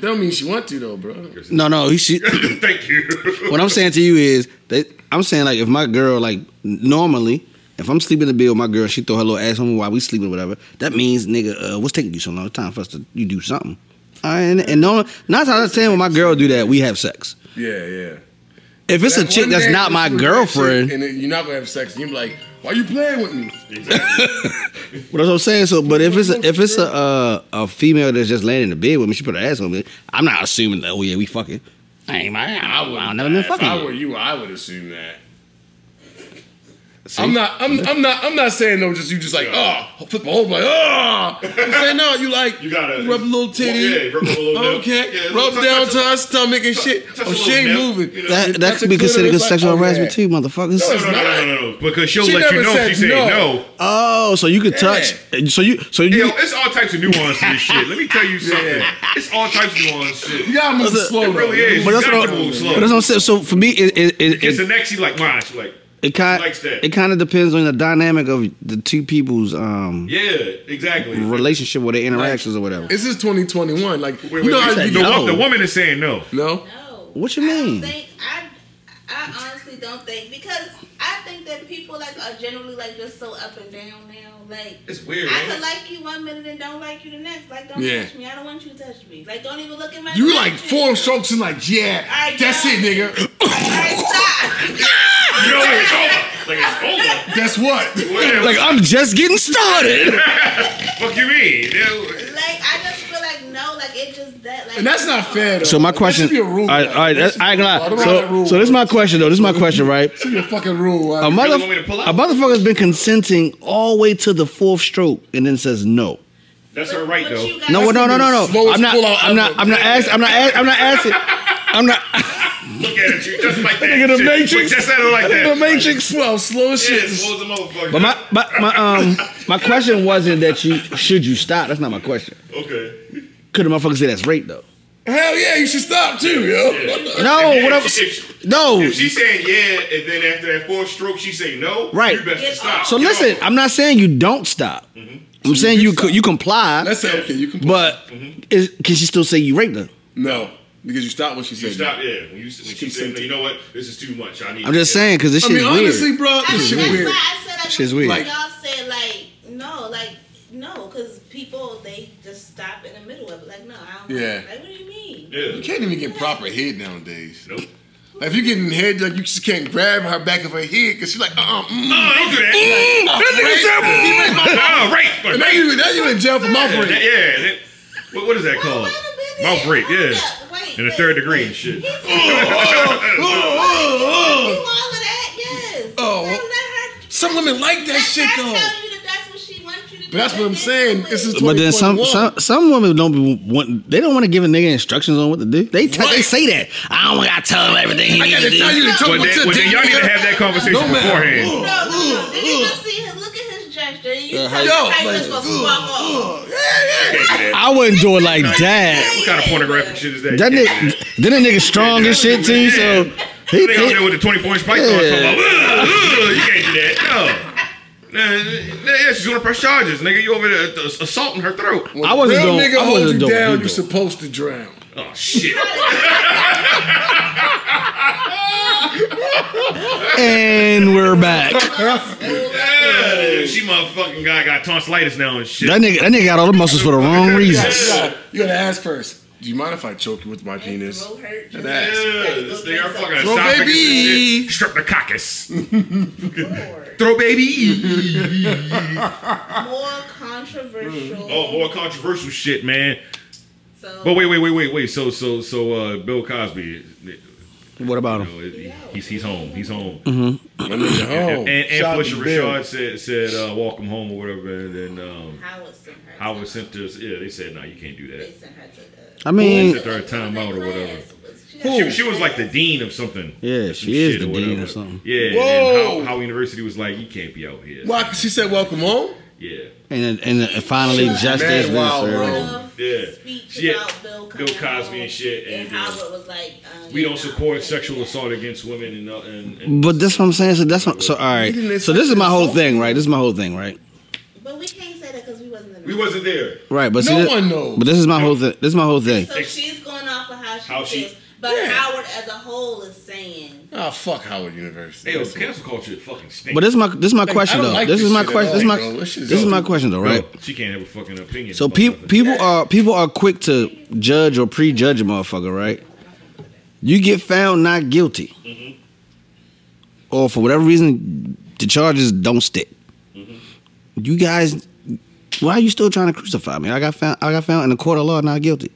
C: That don't mean she want to though, bro.
F: No, no. he-
D: (laughs)
F: She,
D: Thank you.
F: what I'm saying to you is that I'm saying like if my girl like normally. If I'm sleeping in the bed with my girl, she throw her little ass on me while we sleeping or whatever. That means, nigga, uh, what's taking you so long? It's time for us to you do something. All right, and, and no, not out of ten when my girl do that, we have sex.
C: Yeah, yeah.
F: If it's a
C: That
F: chick
C: one
F: that's
C: day
F: not
C: you
F: my
C: do that shit,
F: girlfriend,
C: and then you're not gonna have sex, and you're like, "Why you playing with me?"
F: Well, that's what I'm saying. So, but if it's a, if it's a uh, a female that's just laying in the bed with me, she put her ass on me. I'm not assuming that. Oh yeah, we fucking. I ain't my. I, I, I never been
C: If
F: fucking.
C: I were
F: you.
C: you, I would assume that.
F: See?
C: I'm not. I'm, I'm not. I'm not saying no. Just you. Just like oh, flip a whole like oh. I'm saying no. You like
D: You gotta
C: rub a little titty.
D: Yeah, rub
C: (laughs)
D: a little.
C: Okay,
D: Yeah,
C: rub
D: touch-
C: down
D: touch-
C: to her stomach and shit.
D: touch a
C: Oh,
D: little
C: she ain't
D: nip,
C: moving.
D: you know.
F: That
C: That's
F: that
C: a
F: could be considered good
C: clitoris,
F: sexual
C: like, oh,
F: harassment
C: yeah.
F: too, motherfuckers.
C: No, it's
D: No, no, no, no, no, no. Because she'll
C: She
D: let you
C: never
D: know if she
C: said
D: say
C: no.
D: no.
F: Oh, so you could touch. So you so
D: Yo,
F: you.
D: it's all types of nuance to this shit. Let me tell you something. It's all types of nuance shit.
C: You gotta move
F: That's a-
C: slow.
D: It really is.
F: but that's
D: you
F: what,
D: gotta
F: I'm,
D: move slow.
F: but that's what I'm saying. So for me, it it it,
D: It's the
F: it,
D: next. She like mine. She like.
F: it kind
D: likes that.
F: it kind of depends on the dynamic of the two people's um
D: Yeah, exactly.
F: relationship or their interactions or whatever.
C: This is 2021. Like
D: Wait,
C: you
D: wait,
C: know
D: wait.
C: how
F: said
C: you
D: the,
F: no.
D: wo- the woman is saying no.
C: no.
E: No.
F: What you
E: I don't
F: mean?
E: think- I, I honestly don't think because I think that people like are generally like just so up and down now. Like
D: It's weird.
E: I
D: ain't
E: could
D: it?
E: like you one minute and don't like you the next. Like don't
C: Yeah.
E: touch me. I don't want you to touch me. Like don't even look at my.
C: You
E: direction.
C: like four strokes and like yeah,
E: I
C: that's it,
E: got
C: nigga. (coughs)
E: All right, stop.
D: You know it's over. Like it's over.
C: Guess what?
D: What
F: Like I'm just getting started.
D: the fuck you mean? Yeah,
E: like I just feel like no. Like it just that. Like
C: And that's not fair. Though.
F: So my
C: That
F: question,
C: should be a rule.
F: all right, all right,
C: That
F: that's,
C: should
F: I ain't
C: be a
F: gonna
C: rule.
F: lie.
C: I don't know
F: So,
C: that
F: so this is my
C: rule.
F: question though. This is my question, right?
C: Should be a fucking rule.
F: A
C: Right?
F: mother,
D: want me to pull out?
F: a motherfucker's been consenting all the way to the fourth stroke and then says no.
D: That's
E: But-
D: her right
E: but
D: though.
E: you got-
F: No, no, no, no, no.
C: Slowest
F: I'm not.
C: pullout
F: I'm not.
C: ever.
F: I'm not asking. I'm not. ask- I'm not asking. I'm not.
D: Look at it, you just like that.
F: Nigga, the
D: shit.
F: Matrix.
D: Look, Just at her like that.
F: The Matrix.
C: Well, slow as
D: Yeah,
C: shit.
D: slow as a motherfucker.
F: But my, my, my, um, my question wasn't that you should you stop. That's not my question.
D: okay.
F: Could a motherfucker say that's rape though?
C: Hell yeah, you should stop too, yo. (laughs)
F: No.
D: If-
F: What I'm,
D: if- if-
F: no.
D: If she saying yeah, and then after that fourth stroke, she say no.
F: Right.
D: You best
E: Get
D: stop.
E: off.
F: So
D: Get
F: listen,
D: off.
F: I'm not saying you don't stop.
C: Mm-hmm.
F: I'm saying you co- you comply.
C: Let's Mm-hmm. say okay, you can.
F: But is, can she still say you raped her?
C: no, because you stopped when she
D: You
C: said.
D: stop.
C: that.
D: Yeah. When you when she say no, you know what? This is too much. I need.
F: I'm just
D: yeah.
F: saying because this
C: I
F: shit
C: mean,
F: is
C: honestly,
F: weird.
C: bro, this shit
E: that's
C: weird.
E: why I said I
F: Shit's
E: just-
F: weird.
E: Like, y'all said like no, like no, because people they just stop in the middle of it. Like no, I don't.
C: Yeah.
E: Like what do you mean?
C: You
D: Yeah.
C: can't even get proper head nowadays.
D: Nope.
C: Like, if you're getting head, like you just can't grab her back of her head because she's like, uh, uh
D: No, don't do that.
F: Mm.
C: that
D: Ah, right.
C: And now you, now you in jail for mouth rape.
D: That- yeah. That, what, what is that called?
E: Well, Oh, wait a minute.
D: Mouth rape.
E: Hold
D: Yeah.
E: up. Wait,
D: In the
E: wait,
D: third degree and
E: wait.
D: shit. (laughs)
E: He said- You all of that? Yes.
C: Oh,
E: You
C: well,
E: all of that? Her-
C: Some women like that shit
E: I
C: though.
E: tell you that that's what she wants you to do.
C: But that's what I'm saying. This is
F: But then some
C: 2021.
F: some some women don't be want they don't want to give a nigga instructions on what to do. They t- they
C: Right.
F: say that I don't gotta tell him everything he
C: I
F: need
C: gotta
F: to do.
C: tell you to talk
D: Well,
C: about
D: then,
C: your
D: well, then
C: dick,
D: y'all need to
C: nigga.
D: have that conversation
C: No, man.
D: beforehand.
E: No, no, no. Did you just see him? Look at his gesture. You
C: Uh,
E: yeah,
C: how-
E: tell
C: yo,
E: how you
C: like,
E: was supposed to
C: ugh,
E: walk off.
F: I wouldn't do it like that.
D: What kind of pornographic shit is that?
F: That nigga then that nigga strong and shit too. So he,
D: They out there
F: he
D: with the 24 inch python.
F: Yeah.
D: talking about, "Ugh, ugh, you can't do that. No. Nah, nah, yeah, she's gonna press charges, nigga. You over there uh, assaulting her throat.
C: When
F: I wasn't
C: real
F: doing-
C: Nigga
F: I
C: hold
F: wasn't
C: you
F: doing
C: down.
F: either.
C: You supposed to drown.
D: Oh shit.
F: And we're back.
D: Yeah, she motherfucking guy got tonsillitis now and shit.
F: That nigga, that nigga got all the muscles for the wrong reasons.
C: You gotta ask first. Do you mind if I choke you with my penis?
E: Throat hurt.
C: That
E: just
D: Yeah,
C: ass.
D: this nigga are fucking
C: Throw
D: esophagus and
C: baby.
D: shit. Streptococcus.
E: Lord.
D: Throw
F: (laughs)
D: baby.
E: (laughs) More
C: Mm.
E: controversial.
D: Oh, more controversial shit, man.
E: So,
D: But wait, wait, wait, wait, wait. So, so, so, uh, Bill Cosby, you
F: What about him?
D: know, he- he's he's home. He's home.
F: Mm-hmm.
C: My nigga oh. home.
D: And, and
C: Shout out
D: Felicia
C: to Bill.
D: Rashad said said uh, welcome home or whatever. And then um,
E: Howard sent her.
D: Howard sent us. Yeah, they said no, you can't do
E: They
D: that.
E: sent her to the.
F: I mean,
D: Sent her a timeout or whatever.
E: Who?
D: She, she was like the dean of something.
F: Yeah,
D: Some
F: she is
D: shit
F: the dean
D: whatever.
F: of something.
D: Yeah,
C: Whoa.
D: and how, how University was like, you can't be out here.
C: Why? 'Cause she said, "Welcome home."
D: Yeah.
F: and and finally justice.
C: Man, wow,
F: been served.
C: bro.
D: Yeah.
E: Speech
D: Yeah.
E: about Bill Cosby,
D: Bill Cosby and shit,
E: And,
D: and, uh,
E: Howard was like, um,
D: We don't
E: nah,
D: support
E: fuck
D: sexual
E: that.
D: assault against women and uh, and, and
F: But that's what I'm saying. So that's what, so. All right. So this is my whole thing, right? This is my whole thing, right?
E: But we can't say that because we wasn't. in the
D: we
E: room.
D: wasn't there.
F: Right. But
C: No
F: see, this,
C: one knows.
F: But this is my whole thing. This is my whole thing.
E: So she's going off of how she,
D: How she-
E: feels, but
C: Yeah.
E: Howard as a whole is saying
C: Ah, fuck Howard University.
D: Hey, yo, cancel culture fucking stinks.
F: But this is my this is my question
C: I don't
F: though.
C: like
F: This
C: this
F: is my
C: shit at
F: question. This is
C: all,
F: my
C: bro. This shit's
F: this is my
C: dope.
F: question though,
D: Bro,
F: right?
D: She can't have a fucking opinion.
F: So
D: about
F: pe-
D: nothing.
F: people are people are quick to judge or prejudge a motherfucker, right? You get found not guilty, or for whatever reason, the charges don't stick. You guys, why are you still trying to crucify me? I got found. I got found in the court of law not guilty,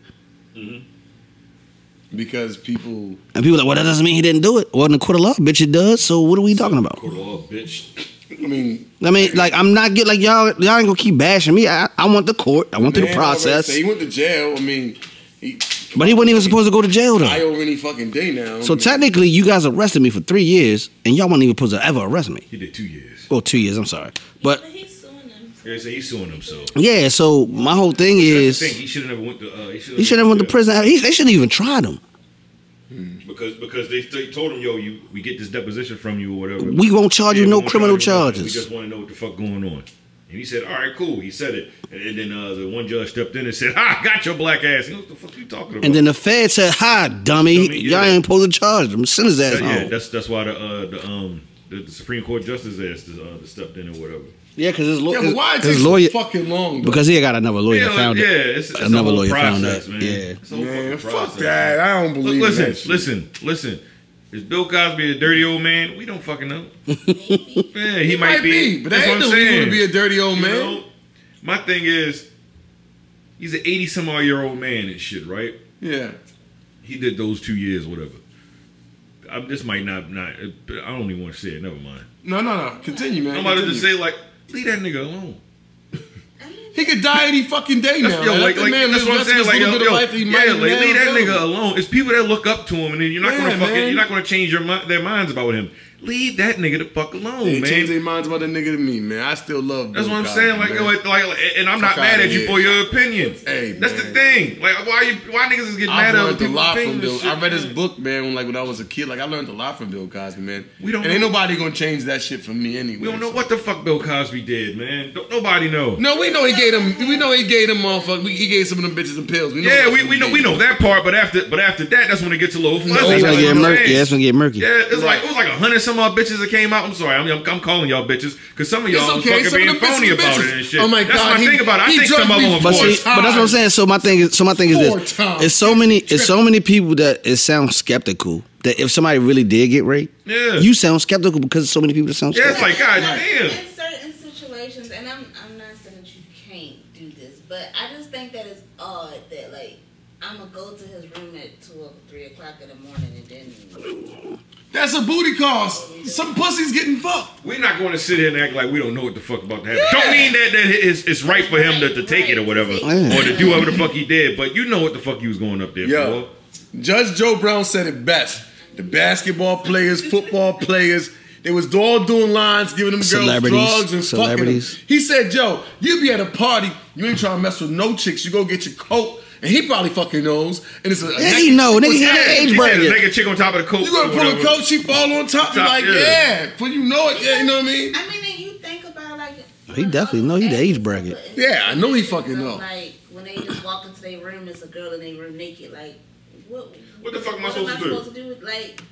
C: Because people,
F: and people are like, well, that doesn't mean he didn't do it. Well, in the court of law, bitch, it does. So what are we talking about?
D: Court of
C: oh,
D: law, bitch.
C: I mean,
F: I mean, like, I'm not get like y'all. Y'all ain't gonna keep bashing me. I, I want the court. I want through the
C: man already
F: process.
C: said He went to jail. I mean, he
F: But he wasn't even supposed to go to jail though.
C: die over any fucking day now.
F: So
C: I mean,
F: technically, you guys arrested me for three years, and y'all weren't even supposed to ever arrest me.
D: He did two years.
F: Well, two years, I'm sorry. But
E: he's suing them.
D: Yeah, so he's suing himself.
F: yeah, so my whole thing
D: That's the thing.
F: is
D: He should have never went to. Uh, he should
F: he should have went to prison. He, they shouldn't even tried him.
D: because because they, they told him, yo, you we get this deposition from you or whatever.
F: We won't charge
D: Yeah,
F: you
D: we
F: no
D: won't
F: criminal
D: charge you nothing. We
F: charges.
D: just want to know what the fuck going on. And he said, all right, cool. He said it, and, and then uh, the one judge stepped in and said, ha, got your black ass. He goes, what the fuck you talking about?
F: And then the Fed said, "Hi, dummy,
D: Dummy,
F: y'all
D: yeah.
F: ain't supposed to charge him. Send his ass
D: That- yeah,
F: home."
D: that's that's why the uh, the um the, the Supreme Court justice asked uh, the stepped in or whatever.
F: Yeah, because his, law-
C: yeah,
F: his,
C: but why it
F: his
C: takes so
F: lawyer,
C: fucking long? Though?
F: because he got another lawyer that found
D: yeah,
F: it.
D: it's, it's
F: Another
D: a whole
F: lawyer found
D: process,
F: that.
D: man.
F: Yeah.
D: It's a whole
C: man,
D: fucking
C: fuck
D: process.
C: that. I don't
D: Look,
C: believe. in that shit.
D: listen, listen, listen. Is Bill Cosby a dirty old man? We don't
C: (laughs)
D: fucking know. yeah, he, might, be,
C: but that ain't
D: what
C: the reason
D: I'm saying.
C: to be a dirty old
D: You
C: man.
D: know, my thing is, he's an eighty some odd year old man and shit, right?
C: Yeah,
D: He did those two years, whatever. I, this might not not. I don't even want to say it. Never mind.
C: no, no, no. Continue, man.
D: I'm about to
C: Continue.
D: just say like, leave that nigga alone.
C: He could die any fucking day
D: That's,
C: now.
D: yo,
C: Let
D: like,
C: the
D: like,
C: man
D: that's
C: live
D: what I'm
C: just
D: saying.
C: this
D: Like, yo,
C: little bit
D: yo,
C: of life he might
D: yeah, like,
C: now
D: leave that
C: live.
D: nigga alone. It's people that look up to him, and then you're not
C: Yeah,
D: gonna fucking,
C: man.
D: you're not gonna change your mind, their minds about him. Leave that nigga the fuck alone,
C: They
D: man.
C: change their minds about that nigga to me, man. I still love.
D: That's
C: Bill
D: what I'm
C: Cosby,
D: saying. Like,
C: man.
D: yo, like, like, and I'm
C: Fuck
D: not mad
C: outta
D: at you
C: here.
D: for your opinion.
C: Hey,
D: that's the
C: man.
D: thing. Like, why you, why niggas is getting
C: I
D: mad at other
C: learned a
D: people's
C: lot from
D: opinions?
C: Bill.
D: and shit,
C: I read his
D: man?
C: book, man, when, like when I was a kid. Like I learned a lot from Bill Cosby, man.
D: We don't
C: and ain't
D: know-
C: nobody gonna change that shit for me anyway.
D: We don't know
C: so-
D: what the fuck Bill Cosby did, man. Don't, nobody know.
C: No, we know he gave them. We know he gave them motherfuckers. He gave some of them bitches some pills. We know
D: yeah,
C: that's
D: we,
C: what
D: we
C: he
D: know
C: did.
D: we know that part, but after but after that, that's when it gets a little fuzzy.
F: That's
D: That's
F: gonna
D: what
F: get
D: I'm
F: murky.
D: saying.
F: Yeah, that's gonna get murky.
D: Yeah, it's
C: Right.
D: like it was like a hundred some odd bitches that came out. I'm sorry, I'm, I'm, I'm calling y'all bitches because some of
C: It's
D: y'all
C: okay,
D: okay. fucking
C: some of
D: being
C: them bitches
D: phony
C: are
D: about
C: bitches.
D: it and shit.
C: Oh my
D: that's
C: God,
D: my
C: he-
D: thing about it. I
C: he
D: think some
C: drugged
D: of
C: me
D: them are
F: But
C: four
F: see,
D: boys.
F: but that's what I'm saying. So my thing is, so my thing is
C: Four
F: this:
C: times.
F: it's so many, it's so many people that it sounds skeptical that if somebody really did get raped,
D: Yeah.
F: you sound skeptical because so many people that sound
D: Yeah,
F: skeptical.
D: it's like God damn.
E: In certain situations, and I'm I'm not saying that you can't do this, but I just think that it's odd that like I'm gonna go to his room at two or three o'clock in the morning and then
C: That's a booty cost. Some pussy's getting fucked.
D: We're not going to sit here and act like we don't know what the fuck about to happen. Don't mean that that it's, it's right for him to, to take it or whatever,
E: Yeah.
D: or to do whatever the fuck he did. But you know what the fuck he was going up there
C: Yo.
D: for.
C: Judge Joe Brown said it best. The basketball players, football players, they was all doing lines, giving them girls
F: Celebrities,
C: drugs and fucking them.
F: celebrities.
C: He said, "Yo, you be at a party, you ain't trying to mess with no chicks. You go get your coat, and he probably fucking knows. And it's a
F: Yeah, he know, nigga, he had an
D: He
F: age
D: had a
F: bracket.
D: naked chick on top of the coat.
C: You gonna
D: or
C: pull a
D: whatever.
C: coat, she fall on top. You
D: Top,
C: like,
D: yeah.
C: yeah. But you know it, yeah. You know what I mean?
E: I mean, and you think about like
F: He definitely know he the age bracket.
C: Yeah, I know he fucking
E: You
C: know.
E: Like when they just walk into their room, it's a girl in their room naked. Like what?
D: What the fuck am I supposed to do?
E: supposed to do? with, Like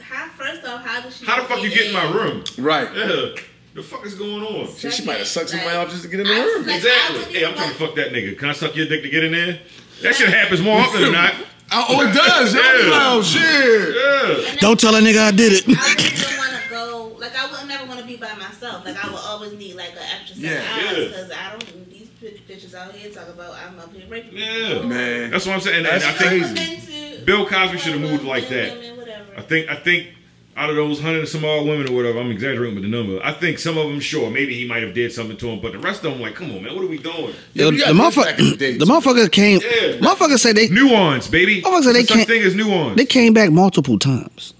E: How first off, how does she?
D: How the fuck you get in my room?
C: Right.
D: Yeah. The fuck is going on?
C: She, she might have sucked somebody
E: Like,
C: off just to get in the
E: I
C: room.
E: slept-
D: Exactly.
E: wouldn't
D: Hey, I'm
E: even
D: trying to
E: like-
D: fuck that nigga. Can I suck your dick to get in there? That shit
C: (laughs)
D: happens more often than not.
C: Oh, it does. Yeah.
D: Yeah.
C: Oh, shit.
D: Yeah.
F: Don't tell a nigga I did (laughs) it.
E: (laughs) I wouldn't even want to go. Like I would never want to be by myself. Like I would always need like an extra set
C: Yeah.
E: of
D: Yeah.
E: eyes because I don't. These pi- bitches out here talk about I'm up here raping.
D: Yeah.
C: Man.
D: That's what I'm saying. And
C: That's
D: I think
C: crazy.
D: Bill Cosby should have moved like that. I think I think out of those hundred and some odd women or whatever, I'm exaggerating with the number. I think some of them, sure, maybe he might have did something to him, but the rest of them, like, come on, man, what are we doing?
C: Yeah,
F: Yo,
C: we
F: the
C: got this back in the
F: motherfucker,
C: day,
F: the motherfucker came.
D: Yeah.
F: Motherfucker said they
D: Nuance, baby.
F: I was gonna say, they
D: There's such
F: can't-
D: thing as nuance.
F: they came back multiple times.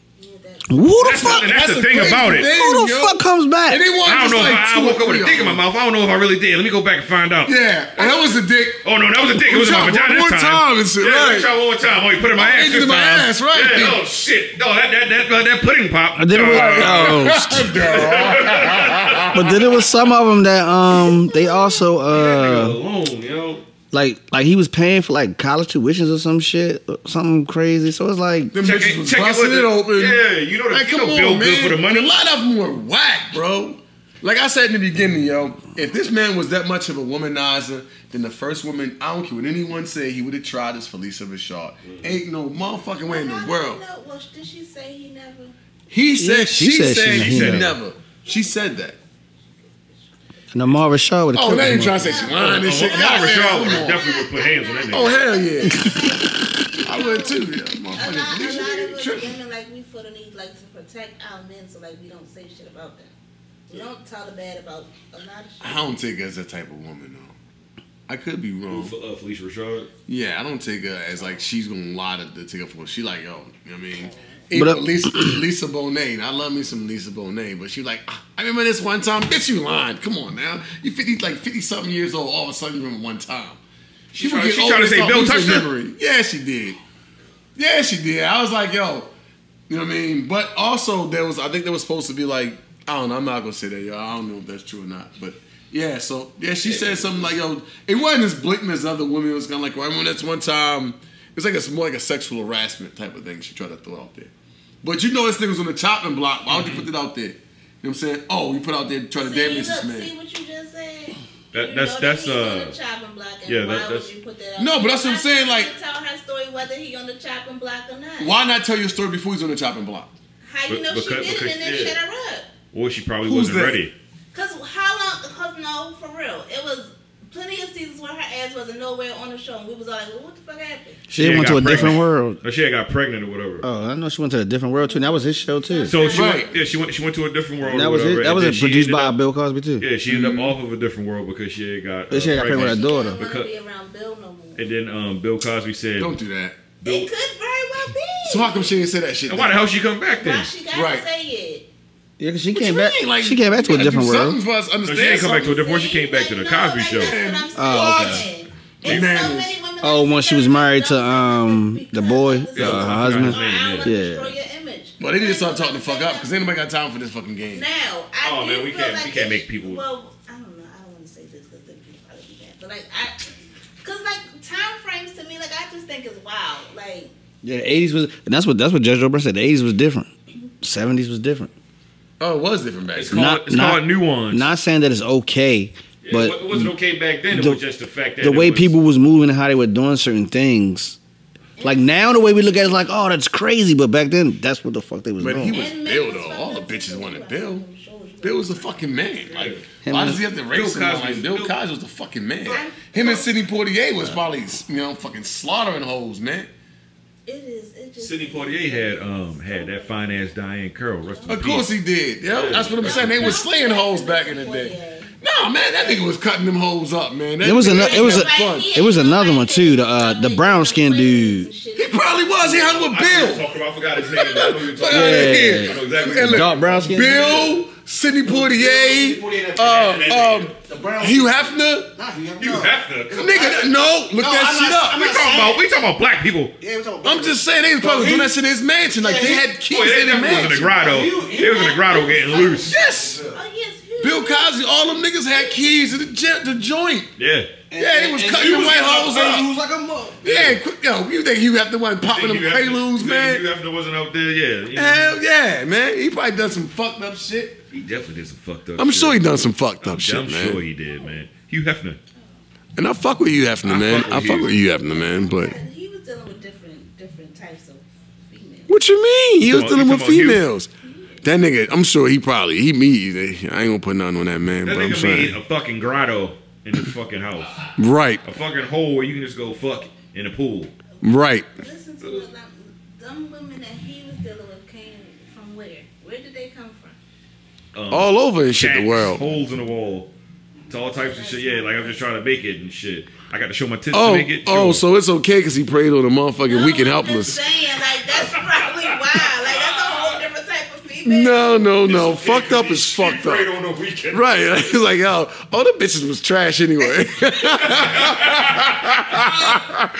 F: Who the
D: That's not-
F: fuck?
D: that's the
C: a
D: thing
C: crazy
D: about it.
F: Who the
C: yo.
F: fuck comes back?
C: And they want
D: I
C: just
D: don't know
C: like
D: if I, I
C: two or
D: woke up with a
C: three
D: dick in
C: of them.
D: my mouth. I don't know if I really did. Let me go back and find out.
C: Yeah, and that was a dick.
D: Oh no, that was a dick. It was in
C: One
D: my vagina
C: more
D: this
C: time and shit,
D: yeah, let me
C: right.
D: try one more time. Oh, you put it in
C: I
D: my ass
C: ate it
D: this
C: in my
D: time.
C: ass, right.
D: Yeah, oh shit. No, that that that, uh, that pudding pop. Uh,
F: But then, it was, oh, but then it was some of them that um they also uh
D: alone, yo.
F: like like he was paying for like college tuitions or some shit something crazy. So it's like
C: Them
D: Check
C: bitches
D: it-
C: was
D: check it
C: busting
D: with
C: it,
D: the-
C: open.
D: Yeah, you know the-
C: like,
D: you
C: come
D: know
C: on,
D: Bill good
C: man.
D: for the money.
C: A lot of them were whack, bro. Like I said in the beginning, yo, if this man was that much of a womanizer, then the first woman, I don't care what anyone said, he would have tried as Felicia Rashad. Ain't no motherfucking way in the world.
E: Well, did she say he never?
C: He said, she,
F: she
C: said,
F: said she-
C: he
F: he
C: never.
F: never.
C: She said that.
F: no Marvin Shaw would have
C: Oh,
F: killed
C: they
F: him.
C: ain't trying to say she lying and shit.
D: Oh, Robert Shaw
C: God, come on.
D: definitely would put hands on that
C: Oh,
D: nigga.
C: hell yeah. I would too. Yeah.
E: A
C: Motherfucking
E: lot, a
C: Felicia
E: lot of
C: nigga
E: us
C: tripping.
E: women like we feel the need like to protect our men, so like we don't say shit about them. We don't tell the bad about a lot of shit.
C: I don't take her as that type of woman, though. I could be
D: Who,
C: wrong.
D: uh, Felicia Rashad.
C: Yeah, I don't take her as like she's gonna lie to, to take her for. She like yo, you know what I mean.
F: But
C: Even
F: I-
C: Lisa, (clears throat) Lisa Bonet, I love me some Lisa Bonet, but she like "Ah, I remember this one time. Bitch, you lying? Come on now, you fifty like fifty something years old. All of a sudden, you remember one time. She,
D: tryna-
C: would get
D: she
C: old
D: tryna
C: and
D: say
C: start
D: Bill
C: losing
D: touched her?
C: Yeah, she did. Yeah, she did. I was like yo, you know what I mean. But also there was I think there was supposed to be like I don't know. I'm not gonna say that yo. I don't know if that's true or not, but. Yeah, so yeah, she said something like, "Yo, it wasn't as blatant as other women. It was kind of like, well, I remember that's one time. It's like it's more like a sexual harassment type of thing. She tried to throw out there, but you know this thing was on the chopping block. Why would you put it out there? You know what I'm saying? Oh, you put out there to try to
E: See,
C: damage this
E: look, see
C: man.
E: what you just said.
D: That, that's
E: You know that
D: that's
E: he's on
D: uh.
E: the chopping block, and
D: yeah,
E: why
D: that- that's-
E: would you put that?
C: No,
E: out?
C: but that's what I'm
E: Why
C: saying,
E: should
C: like-
E: she tell her story whether he on the chopping block or not.
C: Why not tell your story before he's on the chopping block?
E: How you
D: But-
E: know she
D: because-
E: did it and then
D: because- yeah.
E: shut her up?
D: Well, she probably
C: Who's
D: wasn't
C: that?
D: ready.
E: Cause how long? Cause no, for real, it was plenty of seasons where her ass wasn't nowhere on the show, and we was all like, well, "What the fuck happened?"
F: She
D: Yeah,
F: went
D: got
F: to a
D: pregnant.
F: different world.
D: Or she had got pregnant or whatever.
F: Oh, I know she went to a different world too. And that was his show too.
D: so she
C: Right.
D: went, yeah, she went she went to a different world.
F: And that
D: or
F: was
D: whatever,
F: it. That
D: and
F: was
D: then
F: it
D: she
F: produced
D: ended
F: by
D: up-
F: Bill Cosby too.
D: Yeah, she ended up off of a different world because she had got.
F: She had got pregnant with her
E: I
F: daughter.
E: don't want to
D: Because-
E: be around Bill no more.
D: And then um, Bill Cosby said,
C: Don't do that.
E: It could very well be.
C: So how come she didn't say that shit?
D: "Why the hell she come back
E: Why
D: then?"
E: she gotta
C: Right.
E: say it?
F: Yeah, 'cause she
C: What you
F: came back.
C: mean? Like,
F: she came back to
C: you
F: a
C: gotta do
F: different
C: something
F: world.
C: for us to
D: No,
C: understand.
D: she didn't come back to a
C: something.
D: different. When she came back to the
E: Like,
D: Cosby
E: like,
D: show,
E: That's what
F: Oh,
E: I'm
F: okay.
E: saying. There's
C: Man
E: so
C: is-
E: many women
F: Oh,
E: that
F: when
E: sit
F: she was
E: there
F: married to,
E: and
F: um,
E: because
F: the boy,
E: of this.
F: uh, her
E: Or I
F: husband.
E: wanna
F: Yeah.
E: destroy your image.
C: But they need to start talking the fuck up because anybody got time for this fucking game.
E: Now, I
D: Oh,
E: do
D: man, we
E: feel
D: can't-
E: like
D: we can't
E: it-
D: make people-
E: Well, I don't know. I don't want to say this because then people probably be mad. But like I, because like time frames to me, like I just think is wild. Like
F: Yeah, the eighties was, and that's what that's what Judge Roberts said. The eighties was different. Seventies was different.
C: Oh, it was different back
D: it's
C: then.
D: called, it's called nuance.
F: Not saying that it's okay,
D: Yeah,
F: but
D: it wasn't okay back then. it
F: the-
D: was just the fact that
F: the
D: it
F: way
D: was-
F: people was moving and how they were doing certain things. Like now, the way we look at it is like, oh, that's crazy. But back then, that's what the fuck they was
C: But
F: doing.
C: he was
E: And men
C: Bill
E: was
C: though.
E: fucked
C: All the
E: up
C: bitches
E: too.
C: wanted
E: I
C: Bill.
E: don't know, sure.
C: Bill was the fucking man. Like,
F: Him
C: why
F: and-
C: does he have to
D: Bill
C: race him?
D: Cosby's-
C: Like, Bill
D: Bill-
C: Cosby was the fucking man.
E: I'm-
C: Him and Sidney Portier was probably, you know, fucking slaughtering hoes, man.
E: It is. It just.
D: Sidney Poitier had um had that fine ass Diane Carroll. Rest in
C: Of
D: peace.
C: course he did. Yeah, that's what I'm saying. They were slaying hoes back in the day. No, man, that nigga was cutting them hoes up, man. That
F: There was
C: nigga-
F: ano- it was a-
C: that fun.
F: it was another one, too, the, uh, the brown-skinned dude.
C: He probably was. He hung with
D: I know you're
C: Bill.
D: talking about. I forgot his name. I know you're
C: Fuck
D: talking
C: out of
D: about.
F: Yeah.
C: here.
D: I know exactly.
C: And look,
F: Dark brown skin.
C: Bill, Sidney Poitier, uh, um, Hugh Hefner.
D: You have to. Come
C: Nigga, no, look that shit up.
D: we talking about we talking about black people.
C: I'm just saying they was probably doing that shit in his mansion. Like they had keys
D: Boy, they
C: in the
D: definitely was in the
C: mansion.
D: grotto. They was in the grotto getting loose.
C: Yes,
E: Oh yes.
C: Bill Cosby. All them niggas had keys to the, jet, the joint.
D: Yeah.
C: Yeah, they was cutting the white hoes up.
F: like a mug.
C: Yeah, quick, yo, you think Hugh Hefner wasn't popping them
D: Think Hugh Hefner-
C: preludes,
D: think
C: man? Eh.
D: Hugh Hefner wasn't out there, yeah. you know.
C: Hell yeah, man. He probably done some fucked up shit.
D: He definitely did some fucked up
C: I'm
D: shit.
C: sure he done some fucked up
D: I'm,
C: shit,
D: I'm
C: man.
D: sure he did, man. Hugh Hefner.
C: And I fuck with you, Hefner,
D: I
C: man.
D: fuck
C: I
D: with
C: fuck
D: you.
C: with you, Hefner, man. But
E: Yeah, he was dealing with different different types of females.
C: what you mean? He was
D: on,
C: dealing
D: you
C: with
D: come on, Hugh.
C: females. That nigga, I'm sure he probably he me. I ain't gonna put nothing on that man,
D: That
C: but I'm
D: nigga made
C: saying
D: a fucking grotto in his fucking house.
C: right,
D: A fucking hole where you can just go fuck in the pool.
C: right.
E: Listen to it. Like, them women that he was dealing with came from where? Where did they come from?
D: Um,
C: All over and shit, the
D: cracks,
C: world.
D: Holes in the wall. It's all types of shit. Yeah, like I'm just trying to make it and shit. I got to show my tits
C: Oh,
D: to make it.
C: oh,
D: Sure.
C: so it's okay because he preyed on the motherfucking weak and
E: I'm
C: helpless.
E: Just saying, like that's probably why. Like that's a whole different type of female.
C: No, no, no.
D: It's-
C: fucked up
D: it's-
C: is fucked
D: Right
C: up.
D: on the weekend.
C: Right. (laughs) He's like, yo, all the bitches was trash anyway.
D: (laughs)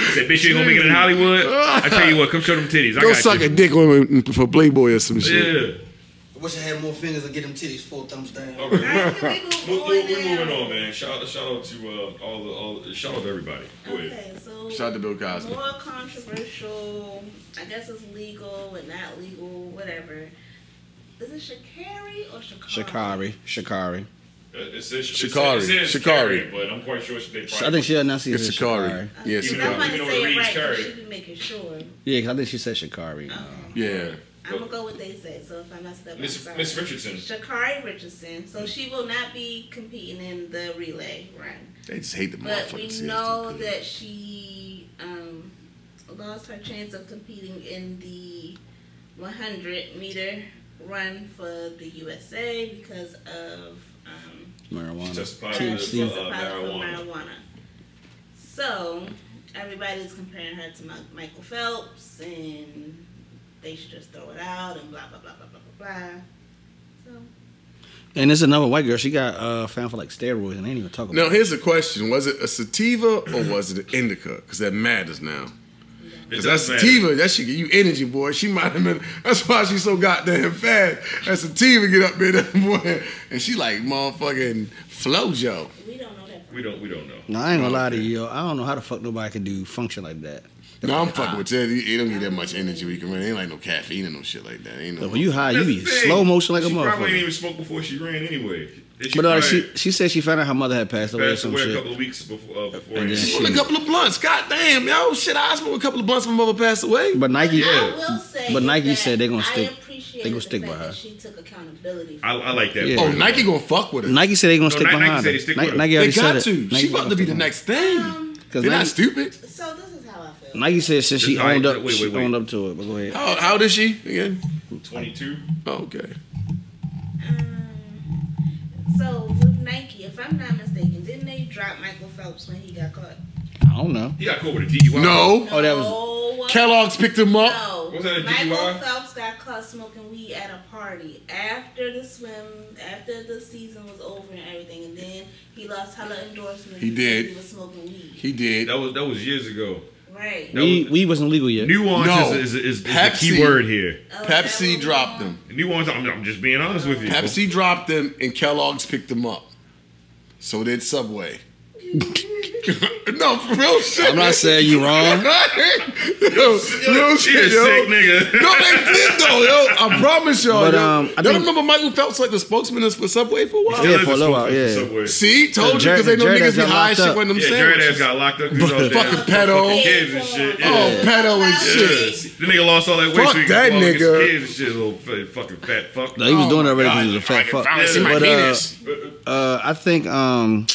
D: Said, bitch, you ain't gonna make it in Hollywood. I tell you what, come show them titties. I
C: (laughs) Go
D: got
C: suck
D: you.
C: a dick woman for Playboy or some shit.
D: Yeah.
F: I wish I had more fingers and get them titties four thumbs down.
C: Oh,
D: All right.
E: All
C: (laughs)
E: right, can we
D: We're,
E: move
D: we're, we're
E: on now?
D: moving on, man. Shout, shout out to uh, all the all the, shout out to everybody. Go ahead.
E: Okay, so
C: Shout out to Bill Cosby.
E: More controversial. I guess it's legal and not legal, whatever. Is it Shakari or Shakari?
F: Shakari, Shakari.
D: Uh, It says
C: Shikari.
D: It says
C: Shikari.
D: Shikari, but I'm quite sure she did.
F: I think she announced
C: It's
F: it
C: Shikari.
F: Shakari.
C: Yeah,
E: Yes,
D: Even
E: I
D: though-
C: Shikari.
E: want
D: even
E: to
D: though
E: say
D: it
E: it
D: reads
E: right. 'cause
D: Curry.
E: She be making sure.
F: Yeah, 'cause I think she said Shakari. Um,
C: Yeah.
E: I'm gonna go with they say. So if I mess it up, I'm
D: Miss
E: sorry.
D: Miss Richardson.
E: Shakari Richardson. So she will not be competing in the relay run.
C: They just hate the
E: But we
C: motherfuckers.
E: know that she um, lost her chance of competing in the 100 meter run for the USA because of um,
F: marijuana.
D: Testified
F: THC.
D: to
E: she's
D: uh,
E: a product of
D: marijuana.
E: marijuana. So everybody's comparing her to Mi- Michael Phelps, and they should just throw it out and blah blah blah blah blah blah blah. So
F: And there's another white girl. She got uh, found for like steroids, and they didn't even talk about.
C: Now
F: it.
C: here's a question: Was it a sativa or was it an indica? Because that matters now.
D: It
C: Cause that
D: doesn't matter.
C: sativa, that should get you energy, boy. She might have been. That's why she's so goddamn fast. That sativa get up there, (laughs) that boy, and she like motherfucking flojo.
E: we don't know that.
D: We don't we don't know.
F: No, I ain't gonna lie to you. yo. I don't know how the fuck nobody can do function like that.
C: Now I'm fucking with you. It don't get that much energy when you can run. Ain't like no caffeine and no shit like that. Ain't no.
F: When you high, you
D: That's
F: be
D: the thing.
F: slow motion like a
D: she Probably didn't
F: motherfucker.
D: even smoke before she ran anyway. And
F: But uh,
D: probably
F: she she said she found out her mother had passed away or
D: passed
F: some
D: away a
F: shit.
D: couple of weeks before. Uh, before
F: And then
D: she-
C: She smoked a couple of blunts. God damn, yo, shit. I smoked a couple of blunts when my mother passed away.
F: But Nike,
E: I will say
F: but Nike
E: that
F: said they're gonna
E: I
F: stick.
E: appreciate
F: they gonna
E: the
F: stick
E: fact
F: by her.
E: That she took accountability.
D: I, I like that.
F: Yeah.
C: oh,
D: part.
C: Nike gonna fuck with her.
F: Nike said they gonna stick
D: Nike
F: behind
D: said
F: her.
D: they stick
F: Ni-
D: with her.
F: Nike
C: They
F: already said
C: got
F: it.
C: to.
F: Nike
C: She about to be the next thing.
F: Because
C: They're not
F: Nike,
C: stupid.
E: Um, so this is how I feel.
F: Nike said since she
D: Just Nike-
F: owned up,
D: wait, wait,
F: she
D: wait.
F: owned up to it. But go ahead.
C: How, how old is she again?
D: 22.
C: Oh, okay.
E: Um, so with Nike, if I'm not mistaken, didn't they drop Michael Phelps when he got caught?
F: I don't know.
D: He got caught with a DUI.
C: No.
F: Oh, that was-
E: No.
C: Kellogg's picked him up.
E: No.
D: Was that a
E: Michael
D: DUI?
E: Phelps got caught smoking weed at a party after the swim, after the season was over and everything, and then he lost hella endorsements.
C: He
E: because
C: did.
E: He was smoking weed.
C: He did.
D: That was that was years ago.
E: Right.
D: That
F: We
D: was-
F: we wasn't legal yet.
D: Nuance
C: No.
D: is, is, is, is the
C: Pepsi.
D: key word here.
E: Oh, that
C: Pepsi
E: was-
C: dropped him.
D: Nuance. I'm, I'm just being honest with you.
C: Pepsi dropped him, and Kellogg's picked him up. So did Subway. (laughs) no, for real shit.
F: I'm not saying you wrong.
C: (laughs) yo, yo,
D: She
C: shit,
D: a
C: yo.
D: sick (laughs) nigga.
C: No, they did though, yo. I promise y'all.
F: But,
C: yo.
F: um, I
C: y'all
F: think-
C: remember Michael Phelps like the spokesman for Subway for a while?
D: Still
F: Yeah, for a
D: is
F: little while,
D: spokesman for
F: yeah.
D: Subway.
C: See, told you
F: Jared-
C: because they know
F: Jared
C: niggas
F: has
C: be
F: got
C: high
F: locked
C: shit
F: up.
C: when them
D: Yeah, Jared ass
C: sandwiches.
D: got locked up. 'cause he was out there
C: Fucking
D: fucking
C: pedo.
D: Kids and shit. Yeah.
C: Oh, pedo and shit.
D: The nigga lost all that weight.
C: Fuck
D: so he could
C: that
D: go out and get
C: nigga.
D: some Kids and shit, little fa- fucking fat fuck.
F: No, he was
C: Oh
F: doing it
C: my
F: already
C: God,
F: because he was a
C: I
F: fat
C: can
F: fuck.
C: finally see my
F: But
C: penis.
F: uh, uh, I think um,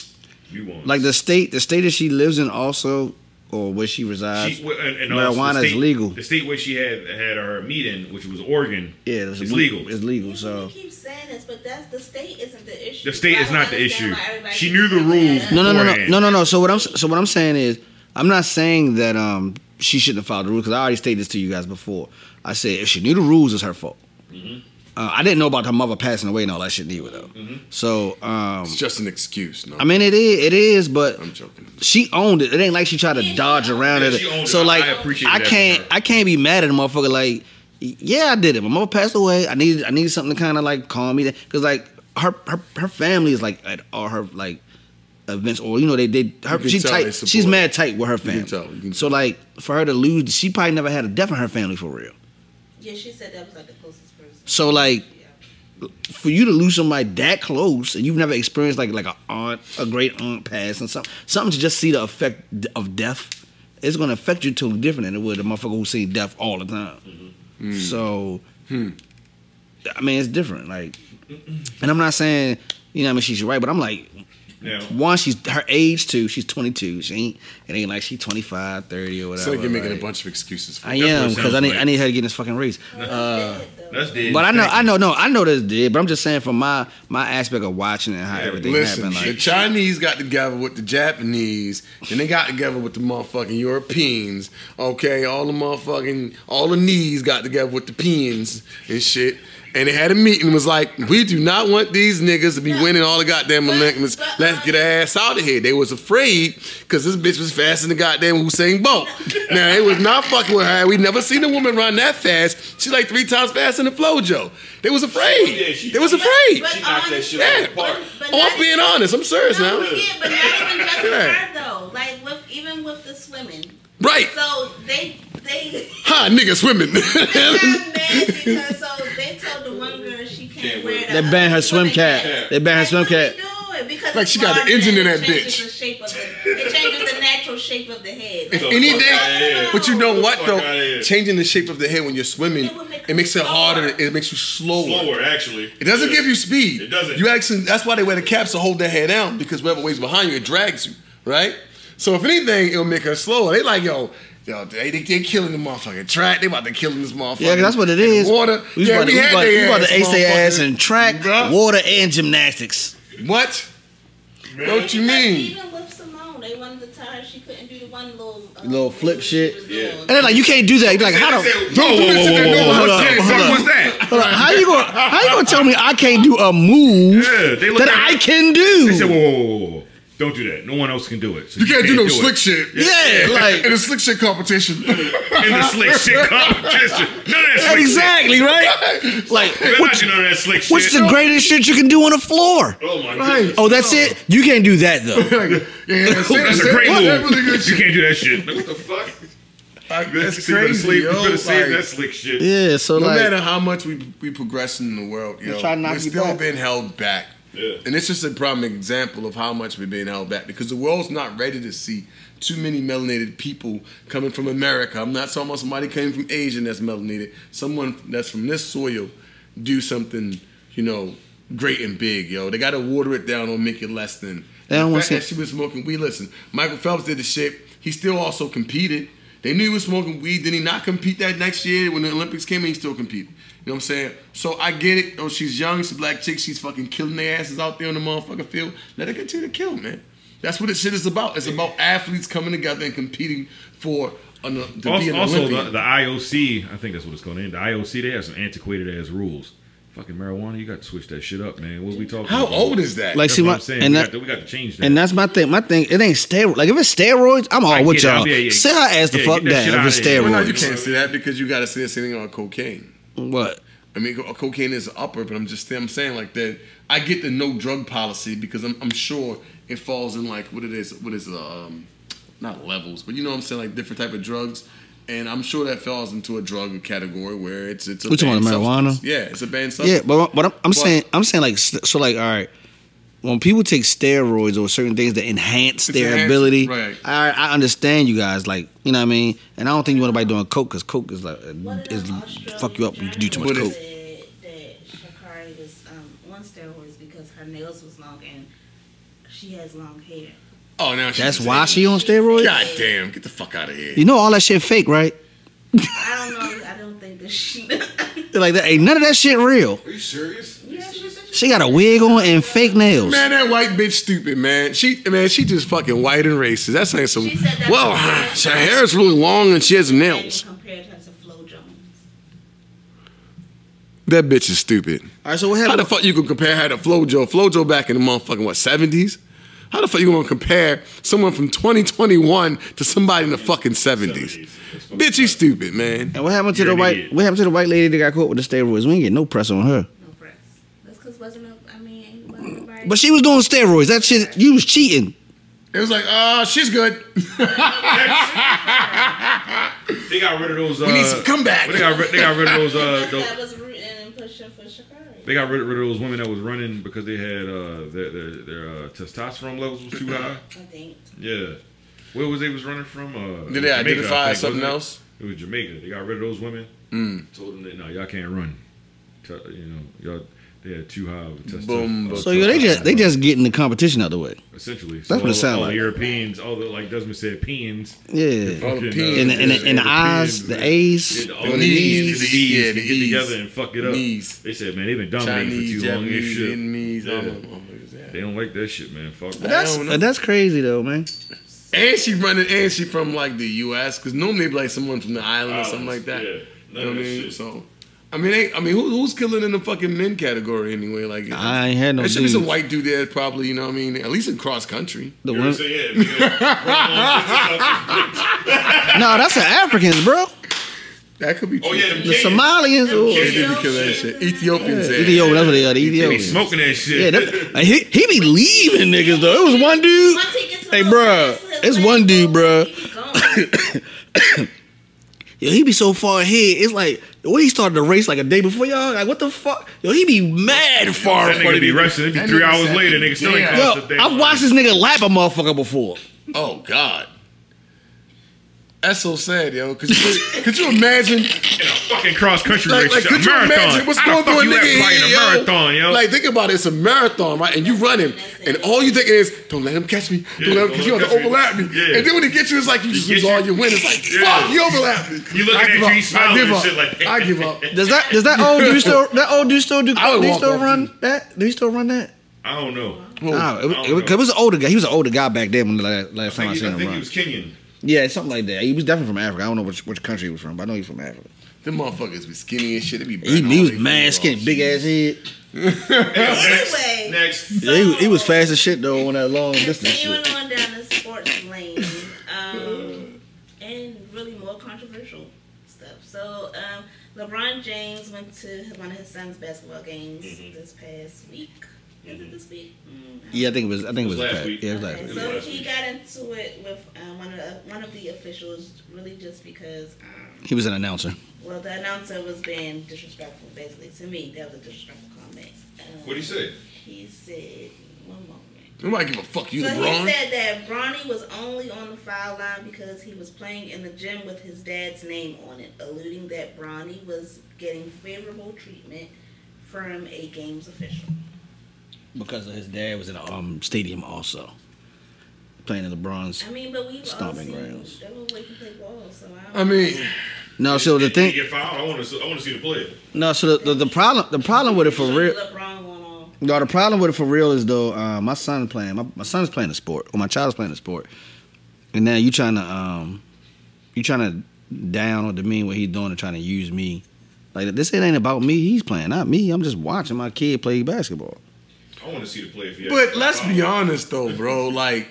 D: Nuance.
F: like the state, the state that she lives in, also or where she resides,
D: She, well, and, and also
F: marijuana
D: the state,
F: is legal.
D: The state where she had had her meeting, which was Oregon,
F: yeah, it's,
D: it's legal.
F: It's
E: You
F: legal.
E: so.
F: So
E: keep saying this, but that's the state isn't the issue.
D: The state
E: So I
D: is
E: don't
D: not the
E: understand
D: issue.
E: why everybody
D: She
E: keeps
D: knew the
E: bringing that
D: rules.
E: up.
F: no, no, no, no,
D: beforehand.
F: no, no, no. So what I'm so what I'm saying is, I'm not saying that um she shouldn't have followed the rules because I already stated this to you guys before. I said if she knew the rules, it's her fault.
C: Mm-hmm.
F: Uh, I didn't know about her mother passing away and all that shit either, though. So um,
C: It's just an excuse, no.
F: I mean, it is, it is, but
C: I'm joking.
F: she owned it. It ain't like she tried to dodge around
D: Yeah,
F: it.
D: she owned
F: so
D: it. I-
F: like,
D: I appreciate
F: I
D: that
F: can't,
D: from her.
F: I can't be mad at a motherfucker. Like, yeah, I did it. My mother passed away. I needed, I needed something to kind of like calm me down. Cause like her, her, her family is like, at all her like events or you know they they her,
C: can
F: she
C: tell they
F: tight
C: support
F: she's
C: her.
F: mad tight with her family.
C: tell, you can
F: so like for her to lose, she probably never had a death in her family for real.
E: Yeah, she said that was like the closest person.
F: So like
E: Yeah.
F: for you to lose somebody that close and you've never experienced like like a aunt, a great aunt pass and something, something to just see the effect d- of death, it's gonna affect you totally different than it would a motherfucker who seen death all the time. So, I mean, it's different. Like, and I'm not saying you know what I mean she's right, but I'm like
D: Now,
F: one, she's her age too. She's 22. She ain't it ain't like she 25, 30 or whatever.
C: So you're making
F: like,
C: a bunch of excuses. For
F: I
C: it.
F: am
D: what it
F: because I
D: sounds
F: need
D: like.
F: I need her to get this fucking raise.
E: Uh,
C: Uh,
E: That's dead, though.
D: that's dead.
F: But I know,
D: Thank
F: I
D: you.
F: know, no, I know this did. But I'm just saying from my my aspect of watching and how
D: Yeah,
F: everything
C: Listen,
F: happened.
C: the
F: Like,
C: Chinese got together with the Japanese, and they got together with the motherfucking Europeans. Okay, all the motherfucking all the knees got together with the pins and shit. And they had a meeting and was like, we do not want these niggas to be
E: No.
C: winning all the goddamn
E: But-
C: elections.
E: but-
C: Let's get our ass out of here. They was afraid because this bitch was faster than goddamn Hussein Bolt. now, it was not fucking with her. We never seen a woman run that fast. She like three times faster than Flojo. They was afraid.
G: Yeah, she-
C: they was
G: But-
C: afraid.
E: but
G: She knocked that
E: honestly-
G: shit out of the
E: but-
G: park.
E: but
C: Oh,
E: not-
C: I'm being honest. I'm serious
E: No,
C: now.
E: we did, but not even just with
C: Yeah.
E: her though. Like with even with the swimming.
C: Right.
E: So they
C: (laughs)
E: they
C: Hi, niggas, women.
E: they got mad because so they told the one girl she can't
G: Can't
E: wear
G: wear-
E: the
F: they
E: other
F: banned her swim
E: swimming
F: cap. They banned her swim
E: Like, what
F: cap.
E: are you doing? Because
C: Like,
E: it's
C: she got an
E: larger
C: engine in
E: and
C: that
E: it changes
C: bitch.
E: The shape of the, it changes the natural shape of the head.
C: if
E: Like,
C: (laughs) anything, but you know what
D: Fuck outta
C: though,
D: here.
C: changing the shape of the head when you're swimming,
E: It would make
C: it makes it
E: you
C: harder.
E: slower.
C: It makes you slower.
G: Slower, actually.
C: It doesn't
G: Yeah.
C: give you speed.
G: It doesn't.
C: You actually. That's why they wear the caps to hold their head down because whatever weighs behind you, it drags you. Right. So if anything, it'll make her slower. They like yo. Yo, they, they, they killing the motherfucking track. They about to kill this motherfucker.
F: yeah, 'cause that's what it
C: in the
F: is.
C: Water.
F: We was
C: yeah,
F: about,
C: we
F: to- we
C: had
F: about- we
C: their
F: about to ace their ass
C: motherfucker.
F: in track,
C: Bruh.
F: water, and gymnastics.
C: What? What you mean?
E: Even with Simone, they wanted to tell her she couldn't do the one little uh,
F: Little flip
E: move she
F: shit.
E: was
G: Yeah.
E: doing.
F: And they're like, you can't do that. You're like, how the
D: Whoa, whoa, whoa, whoa, whoa,
F: Hold
D: whoa,
F: up,
D: what the
F: hold
D: fuck
F: up.
D: was that?
F: Hold on, how you gonna how you gonna tell me I can't do a move
D: Yeah, they look
F: that
D: at-
F: I can do?
D: They said, whoa, whoa, whoa, whoa, whoa. Don't do that. No one else can do it. So
C: You can't do no slick
D: it.
C: shit. (laughs)
F: yeah, like
C: In a slick shit competition. (laughs)
D: In the slick shit competition. None of that slick
F: exactly right. Like
D: shit. They're not
F: what's,
D: doing none of that slick shit.
F: what's the greatest shit you can do on the floor?
G: Oh my
C: Right.
G: goodness.
F: Oh, that's it. You can't do that though.
C: yeah, that's,
D: That's a great
C: That's
D: move.
C: really good
D: You
C: shit.
D: can't do that shit. Like,
G: What the fuck?
C: Like,
D: you
C: that's
D: better
C: crazy,
D: sleep.
C: yo.
D: You better save
C: Like,
D: that slick shit.
F: Yeah, so
C: no
F: like
C: matter how much we we progress in the world, yo,
F: try to knock
C: we're
F: you
C: still
F: back.
C: being held back.
G: Yeah.
C: And it's just a prime example of how much we're being held back because the world's not ready to see too many melanated people coming from America. I'm not talking about somebody coming from Asia that's melanated. Someone that's from this soil do something, you know, great and big, yo. They got to water it down or make it less than.
F: They don't
C: the
F: wanna
C: fact
F: see-
C: that she was smoking weed. Listen, Michael Phelps did the shit. He still also competed. They knew he was smoking weed. Did he not compete that next year when the Olympics came? And he still competed. You know what I'm saying? So I get it. Oh, she's young. She's a black chick. She's fucking killing their asses out there on the motherfucking field. Let her continue to kill, man. That's what this shit is about. It's about athletes coming together and competing for an, to be
D: Also,
C: an
D: also the,
C: Olympian.
D: the IOC, I think that's what it's called. The IOC, they have some antiquated ass rules. Fucking marijuana, you got to switch that shit up, man. What we talking
C: How
D: about?
C: old is that?
F: Like,
D: That's
F: See,
D: what
F: my-
D: I'm saying.
F: and
D: we,
F: that-
D: got to, we got to change that.
F: and that's my thing. My thing, it ain't steroids. Like if it's steroids, I'm all
D: I
F: with
D: get it.
F: y'all.
D: Yeah, yeah, yeah.
F: Sit her ass the
D: Yeah,
F: fuck
D: get that shit
F: down if it's
D: outta here.
C: well, no,
F: steroids.
C: you can't say that because you got to say the same thing about cocaine.
F: What?
C: I mean, co- cocaine is an upper, but I'm just I'm saying like that. I get the no drug policy because I'm, I'm sure it falls in like what it is, what is it, um, not levels, but you know what I'm saying, like different type of drugs, and I'm sure that falls into a drug category where it's it's a
F: We talking
C: banned
F: about marijuana?
C: substance. Yeah, it's a banned
F: Yeah,
C: substance.
F: but but I'm, I'm saying I'm saying like s- so like all right. When people take steroids or certain things that
C: It's
F: enhance their
C: enhanced,
F: ability,
C: right.
F: I, I understand you guys. Like you know what I mean. And I don't think you want anybody doing coke because coke is like
E: One of
F: is
E: them Australian
F: fuck you up. when You do too much
C: But
F: coke.
C: it's-
E: said that Shakari was um, on steroids because her nails was long and she has long hair.
C: Oh, now she
F: That's
C: just-
F: why she on steroids.
C: God damn, get the fuck out of here.
F: You know all that shit fake, right?
E: I don't know. I don't think that she.
F: Like that ain't none of that shit real.
G: Are you serious?
E: yeah, she said
F: She got a wig on and fake nails.
C: Man, that white bitch stupid, man. She man, she just fucking white and racist. That's like some
E: She said that-
C: Well, her hair is really long and she has nails.
E: she compared her to Flo Jones.
C: That bitch is stupid.
F: All right, so what
C: How the
F: happened?
C: fuck you gonna compare her to FloJo? FloJo back in the motherfucking what seventies? How the fuck you gonna compare someone from 2021 to somebody in the fucking seventies? Bitch, you stupid, man.
F: And what happened to
D: You're
F: the
D: an
F: white?
D: idiot.
F: What happened to the white lady that got caught with the steroids? We ain't get no press on her.
E: No press. That's because wasn't a. I mean, wasn't nobody
F: But she was doing steroids. That shit, you was cheating.
C: It was like, uh, she's good.
D: They got rid of those. Uh,
C: We need some comeback.
D: They got, ri- they got rid of
C: (laughs)
D: those. Uh,
E: Because
D: those
E: I was rooting and pushing for Shakari.
D: they got rid, rid of those women that was running because they had uh, their their, their uh, testosterone levels was too
C: (laughs)
D: high.
E: I think.
D: Yeah. Where was they was running from? Uh,
C: Did they
D: Jamaica, I think,
C: identify
D: wasn't
C: something
D: it?
C: else?
D: It was Jamaica. They got rid of those women.
C: Mm.
D: Told them that no, y'all can't run. T- you know, y'all they had too high of a testosterone.
C: Boom, boom.
D: uh,
F: So yo, they just they just getting the competition out of the way.
D: essentially.
F: what it
D: all-
F: sound
D: all
F: like.
D: The Europeans, all the like Desmond said, peons. uh,
F: Yeah.
C: All the
D: Fucking,
C: peons.
F: In the, in the, in the eyes, the A's.
D: Yeah, all
C: The
D: the
C: knees,
D: knees,
C: the
D: the
C: knees, yeah, the
D: knees, they get
C: knees.
D: together and fuck it up.
C: Knees.
D: They said, man, they've been dominating
C: Chinese,
D: for too long.
C: Japanese,
D: This shit,
C: Vietnamese, all
D: Yeah.
C: them motherfuckers. Yeah.
D: they don't like that shit, man. Fuck
C: I
D: that.
F: That's
C: don't know.
F: that's crazy though, man.
C: And she running, and she from like the U.S. Because normally it'd be like someone from the island or something like
D: Islands,
C: that.
D: yeah.
C: you know
D: None
C: what
D: of
C: I
D: that
C: mean?
D: shit.
C: So, I mean, they, I mean, who, who's killing in the fucking men category anyway? Like,
F: I ain't had no
C: there should be some
F: dudes.
C: white dude there, probably. You know what I mean? At least in cross country.
F: The
D: You know what I'm
F: women,
D: saying? Yeah, nigga.
F: no, that's the Africans, bro.
C: That could be. True.
D: oh yeah, them
F: The
D: kids.
F: Somalians. oh,
C: They
D: Yeah.
C: did be killing that shit. Ethiopians. Yeah.
F: Ethiopia, that's what they
D: They
F: are. The
D: be
F: Ethiopians.
D: smoking that shit.
F: Yeah,
D: (laughs)
F: that, like, he, he be leaving niggas though. It was one dude.
E: Once he gets a
F: Hey,
E: little
F: bruh,
E: close to his
F: it's
E: leg,
F: one dude, bruh.
E: he be gone.
F: Yo, he be so far ahead. It's like the way he started the race like a day before y'all. Like what the fuck? Yo, he be mad far
D: that
F: in front
D: nigga
F: of
D: be
F: me.
D: rushing. It be
C: That
D: three
C: nigga
D: hours
C: said-
D: later, nigga still ain't
C: Yeah.
D: crossed the
F: Yo,
D: damn
F: I've
D: line.
F: watched this nigga lap a motherfucker before.
C: Oh God. That's so sad, yo. Could you, could you imagine?
D: in a fucking cross country
C: Like,
D: race,
C: like
D: a
C: could you
D: marathon.
C: imagine what's
D: How
C: going
D: the fuck
C: through a
D: you
C: nigga
D: everybody in
C: head,
D: a
C: yo?
D: marathon, yo?
C: Like, think about it. It's a marathon, right? And you running, and all you think is, don't let him catch me. Don't
D: Yeah,
C: let him, because you
D: don't
C: have
D: let
C: to
D: him
C: overlap
D: catch
C: me.
D: me. Yeah.
C: And then when he gets you, it's like you just
D: get
C: lose
D: you.
C: all your win. It's like,
D: Yeah.
C: fuck, you overlapped me.
D: You looking
C: I
D: at
C: give
D: you,
C: up.
D: you smiling
C: I give
D: and
C: up.
D: shit like-
C: I give
D: (laughs)
C: up.
F: Does that does that old dude still that old dude still do?
C: I would
F: Do he
C: walk
F: still
C: off
F: run
C: too.
F: that? Do he still run that?
D: I don't know.
F: Nah, it,
D: I don't
F: was- it, was-
D: know.
F: it was an older guy. He was an older guy back then when the last, last time
D: I
F: I,
D: think,
F: seen
D: I
F: him
D: think he
F: run.
D: was Kenyan.
F: yeah, something like that. He was definitely from Africa. I don't know which, which country he was from, but I know he's from Africa.
C: Them motherfuckers be skinny and shit. They be
F: He,
C: burning
F: he
C: all
F: was
C: they
F: mad
C: food
F: skinny,
C: off.
F: big ass head.
E: Anyway.
D: next. next.
F: Yeah, he, he was fast as shit though on that long (laughs) distance
E: Continuing
F: shit.
E: on down the sports lane, um, and really more controversial stuff. So, um, LeBron James went to one of his son's basketball games this past week. Is it this week?
F: Yeah, I think it was. I think it was,
D: last
F: a pack.
D: week.
F: Yeah, it was last
E: Okay,
F: week.
E: so he got into it with um, one of the, one of the officials, really just because. Um,
F: He was an announcer.
E: well, the announcer was being disrespectful, basically to me. That was a disrespectful comment. Um,
D: What'd he say?
E: He said, "One moment."
C: Nobody give a fuck. You
E: So
C: LeBron.
E: he said that Bronny was only on the foul line because he was playing in the gym with his dad's name on it, alluding that Bronny was getting favorable treatment from a games official.
F: Because his dad was in a um, stadium also. Playing in LeBron's.
E: I mean, but we've
F: Stomping
E: all seen
F: grounds.
E: that little way he play ball, so I
C: I
E: don't
C: mean,
F: No, so the
D: Did he
F: thing
D: get fouled? I want to. I want to see the play.
F: no, so the, the, the problem the problem with it for real
E: LeBron went on.
F: no, the problem with it for real is though, uh, my son playing my, my son's playing a sport, or my child's playing a sport. And now you trying to um you trying to down or demean what he's doing and trying to use me. Like this it ain't about me, he's playing, not me. I'm just watching my kid play basketball.
D: I want to see the play. If he
C: but
D: actually
C: let's
D: got
C: be
D: fouled.
C: honest though, bro. Like,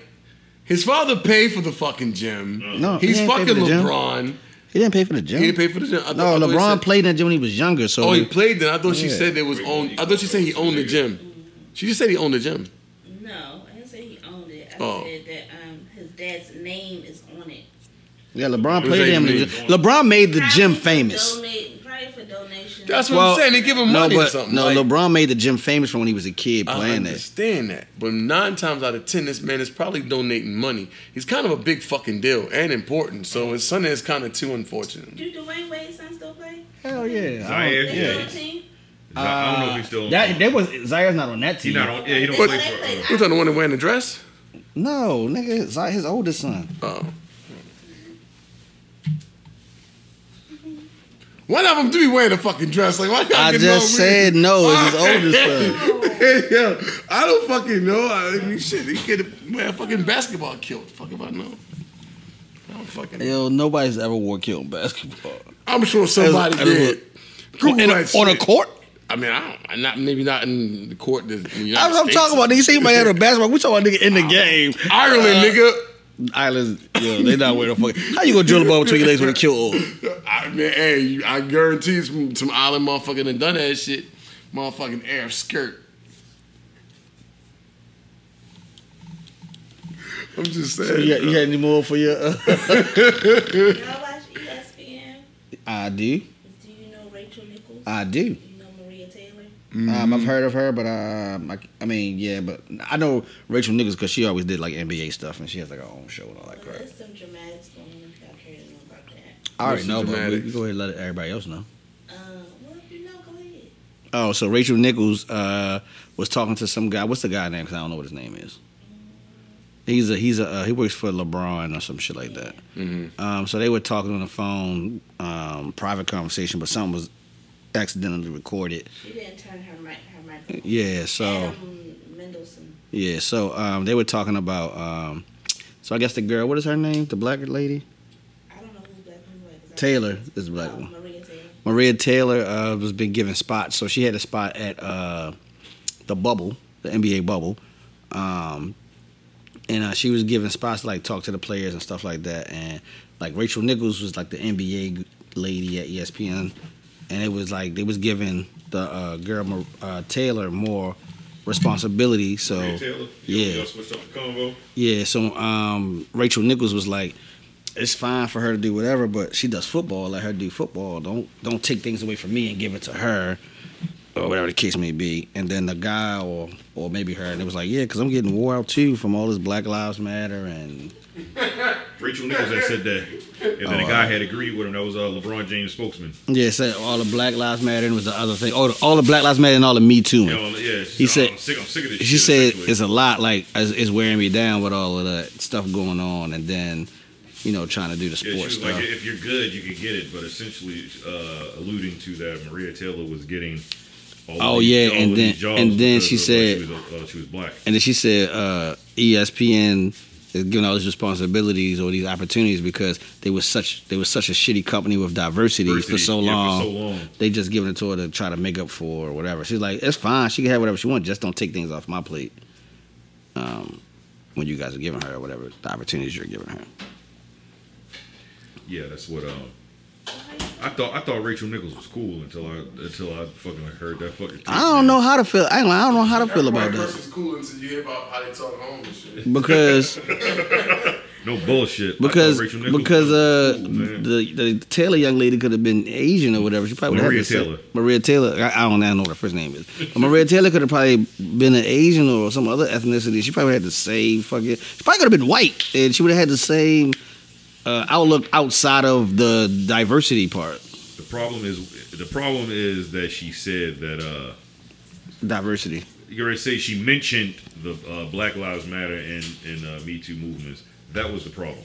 C: his father paid for the fucking gym.
D: Uh.
F: No, Oh, he
C: He's
F: didn't pay for
C: fucking
F: the gym.
C: LeBron.
F: He didn't pay for the gym.
C: He didn't pay for the gym. I
F: no,
C: thought- I thought he
F: LeBron
C: said-
F: played in that gym when he was younger, so
C: Oh, he
F: he-
C: played then. I thought she
F: Yeah.
C: said there was owned. I thought she said he owned the gym. She just said he owned the gym.
E: No, I didn't say he owned it. I
C: Oh.
E: said that um, his dad's name is on it.
F: Yeah, LeBron
C: Who's
F: played
C: that
F: him.
C: you mean?
F: LeBron made the
E: Probably
F: gym
E: for
F: famous.
E: Donate, probably for donations.
C: That's what I'm saying. They give him
F: no,
C: money
F: but
C: or something.
F: no,
C: like,
F: LeBron made the gym famous from when he was a kid
C: I
F: playing it.
C: understand that, but nine times out of ten, this man is probably donating money. He's kind of a big fucking deal and important. So his son is kind of too unfortunate.
E: Do Dwayne Wade's son still play?
F: Hell Oh, yeah,
D: Zaire,
E: They
D: yeah.
E: still on the
F: (laughs)
E: team?
D: I don't know if he's
C: Uh,
D: still.
F: That they was Zaire's not on that
D: he
F: team.
D: not on. Yeah, he don't
E: But-
D: play for. Uh,
C: We're talking the one that wearing the dress.
F: No, nigga, Zaire, his oldest son.
C: Oh. One of them do be wearing a fucking dress. Like why? y'all
F: I
C: getting all
F: just
C: weird?
F: said no. It's his
C: (laughs)
F: oldest son.
C: yeah, I don't fucking know. I mean, shit, he could man, fucking basketball killed. Fuck if I know. I don't fucking. Know.
F: Yo, nobody's ever wore kill in basketball
C: I'm sure somebody
F: As- as-
C: did. Google
F: In a-
C: that
F: on a
C: shit.
F: court.
C: I mean, I don't. Not maybe not in the court. That's in the United
F: That's what I'm
C: States.
F: talking about. Nigga, say you might have a basketball. We talking about nigga in the game.
C: Ireland, nigga.
F: Islands, yo, they not wearing a fucking. How you gonna drill a ball between your legs with a kill? on?
C: I mean, hey, you- I guarantee you some, some island motherfucker done done that shit. Motherfucking air skirt. I'm just saying.
F: So you, got, you had any more for your? Uh,
E: Y'all watch E ESPN?
F: I do.
E: Do you know Rachel Nichols?
F: I do.
E: you know Maria Taylor?
F: Um, I've heard of her, but um, I, I mean, yeah, but I know Rachel Nichols because she always did like NBA stuff, and she has like her own show and all that
E: Well,
F: crap.
E: there's some dramatics going on if y'all care to know about that.
F: I already
C: There's
F: know,
C: some
F: but we,
C: dramatics.
F: we go ahead and let everybody else know.
E: Uh, well, if you know, go ahead.
F: Oh, so Rachel Nichols uh, was talking to some guy. What's the guy name? Because I don't know what his name is. He's a he's a uh, he works for LeBron or some shit like that. Um, so they were talking on the phone, um, private conversation, but something was accidentally recorded.
E: She didn't turn her mic, her microphone.
F: Yeah, so.
E: Adam Mendelsohn.
F: Yeah, so um, they were talking about. Um, so I guess the girl, what is her name? The black lady,
E: I don't know who's black and white. 'cause I-
F: Taylor is the black
E: Oh,
F: one.
E: Maria Taylor.
F: Maria Taylor uh, was been given spots, so she had a spot at uh, the bubble, the NBA bubble, um, and uh, she was given spots to like talk to the players and stuff like that. And like Rachel Nichols was like the NBA lady at E ESPN, and it was like they was giving the uh, girl Mar- uh, Taylor more responsibility. So
D: Hey, Taylor, you
F: yeah.
D: y'all switched up the convo.
F: Yeah, so um, Rachel Nichols was like, "It's fine for her to do whatever, but she does football. Let her do football. Don't don't take things away from me and give it to her, or whatever the case may be." And then the guy, or or maybe her, and it was like, "Yeah, because I'm getting wore out too from all this Black Lives Matter and
D: Rachel Nichols had said that, and
F: Oh,
D: then the guy had agreed with him. That was uh, LeBron James spokesman.
F: yeah, so all the Black Lives Matter and it was the other thing. Oh, the, all the Black Lives Matter and all the Me Too."
D: You know, yeah, she
F: He
D: said,
F: said-
D: "Oh, I'm, sick, I'm sick of this."
F: she
D: shit,
F: said
D: essentially."
F: it's a lot like it's it's wearing me down with all of that stuff going on, and then you know trying to do the
D: Yeah, she
F: sports
D: was
F: stuff.
D: like, if you're good, you can get it. But essentially, uh, alluding to that, Maria Taylor was getting. All
F: Oh,
D: these-
F: yeah,
D: all
F: and
D: of
F: then-
D: these jobs
F: and then
D: because
F: she
D: of-
F: said-
D: she was, uh, she was black.
F: And then she said uh, ESPN is giving all these responsibilities or these opportunities because they was such they was such a shitty company with diversity, for so
D: Diversity, yeah,
F: long.
D: for so long.
F: They just giving it to her to try to make up for or whatever. She's like, it's fine. She can have whatever she wants. Just don't take things off my plate. Um, when you guys are giving her whatever the opportunities you're giving her.
D: Yeah, that's what. Um, I thought I thought Rachel Nichols was cool until I until I fucking heard that fucking. tape,
F: I don't
D: man.
F: know how to feel. I don't, I don't know how to feel about
C: Everybody
F: this
C: person's cool until you hear about how they talk home and shit.
F: because
D: No bullshit. I thought
F: because
D: uh, Rachel Nichols
F: because
D: was
F: uh
D: cool, man.
F: the, the Taylor young lady could have been Asian or whatever. She probably would
D: Maria
F: have been-
D: Taylor.
F: Maria Taylor. I, I don't know what her first name is. But Maria Taylor could have probably been an Asian or some other ethnicity. She probably had the same fucking. She probably could have been white, and she would have had the same uh, outlook outside of the diversity part.
D: the problem is the problem is that she said that. uh
F: Diversity.
D: you're gonna say she mentioned the uh, Black Lives Matter and and uh, Me Too movements. That was the problem.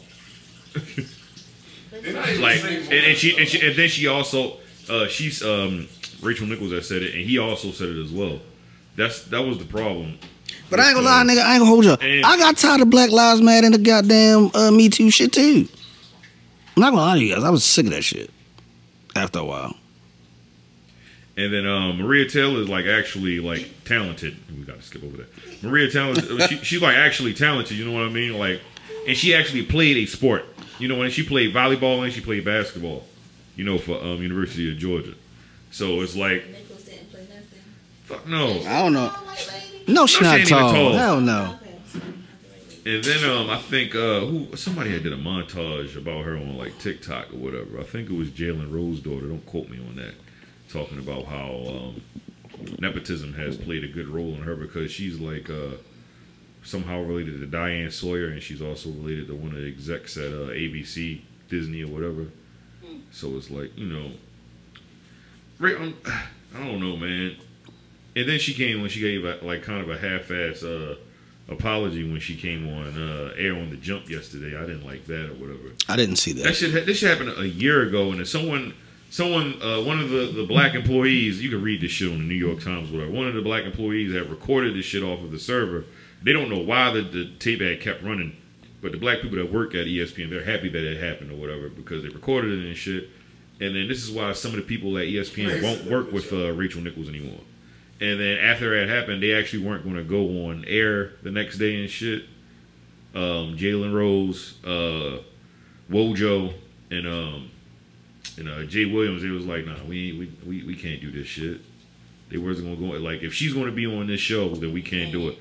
C: They're not even the
D: Like,
C: same
D: and, and she
C: voice,
D: and she and then she also uh, she's um, Rachel Nichols that said it, and he also said it as well. That's that was the problem.
F: But I ain't gonna lie, nigga. I ain't gonna hold you.
D: And-
F: I got tired of Black Lives Matter and the goddamn uh, Me Too shit too. I'm not gonna lie to you guys. I was sick of that shit after a while.
D: And then um, Maria Taylor is like actually like talented. We gotta skip over that. Maria Taylor, she, she's like actually talented. You know what I mean? Like, and she actually played a sport. You know, and she played volleyball and she played basketball. You know, for um, University of Georgia. So it's like,
E: Nichols didn't play nothing.
D: fuck no.
F: I don't know.
E: Oh, white lady.
F: No, she's
D: No,
F: not
D: she ain't even
F: tall.
D: tall.
F: Hell no.
E: Okay, I'm sorry. Not the right lady.
D: And then um, I think uh, who somebody had did a montage about her on like TikTok or whatever. I think it was Jalen Rose's daughter. Don't quote me on that. Talking about how um, nepotism has played a good role in her because she's like uh, somehow related to Diane Sawyer and she's also related to one of the execs at uh, ABC, Disney or whatever. So it's like you know, Ra- um, (sighs) I don't know, man. And then she came when she gave a, like kind of a half-ass. Uh, apology when she came on uh, air on the jump yesterday. I didn't like that or whatever.
F: I didn't see that.
D: That shit ha- this shit happened a year ago, and then someone, someone, uh, one of the, the black employees, you can read this shit on the New York Times, whatever. One of the black employees had recorded this shit off of the server. They don't know why the, the tape had kept running, but the black people that work at E ESPN, they're happy that it happened or whatever because they recorded it and shit. And then this is why some of the people at E ESPN won't work with uh, Rachel Nichols anymore. And then after that happened, they actually weren't going to go on air the next day and shit. Um, Jalen Rose, uh, Wojo, and um, and uh, Jay Williams, they was like, nah, we ain't, we, we we can't do this shit. They wasn't gonna go like if she's gonna be on this show, then we can't do it.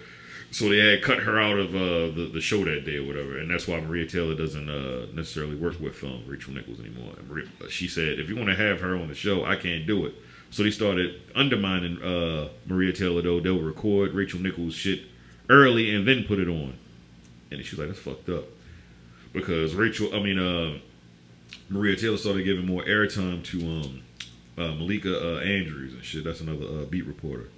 D: So they had cut her out of uh, the the show that day or whatever, and that's why Maria Taylor doesn't uh, necessarily work with um, Rachel Nichols anymore. And Maria, uh, she said, "If you want to have her on the show, I can't do it." So they started undermining uh, Maria Taylor though. They'll record Rachel Nichols shit early and then put it on, and she's like, "That's fucked up," because Rachel, I mean, uh, Maria Taylor started giving more airtime to um, uh, Malika uh, Andrews and shit. That's another uh, beat reporter.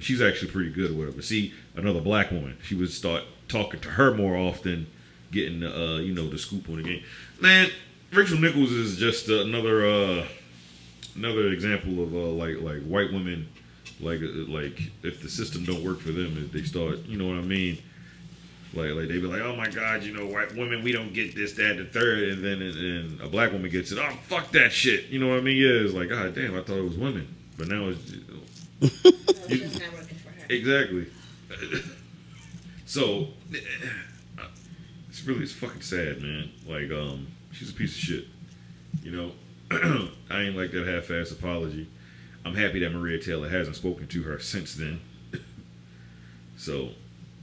D: She's actually pretty good or whatever. See, another black woman. She would start talking to her more often, getting uh, you know the scoop on the game. Man, Rachel Nichols is just another uh, another example of uh, like like white women, like uh, like if the system don't work for them, if they start, you know what I mean. Like, like they be like, oh my God, you know, white women, we don't get this, that, the third, and then and, and a black woman gets it. Oh, fuck that shit. You know what I mean? Yeah, it's like, God damn, I thought it was women, but now it's
E: So it's just not working for her.
D: exactly. (laughs) so it's really it's fucking sad, man. Like, um, she's a piece of shit. You know, (clears throat) I ain't like that half-ass apology. I'm happy that Maria Taylor hasn't spoken to her since then. (laughs) so,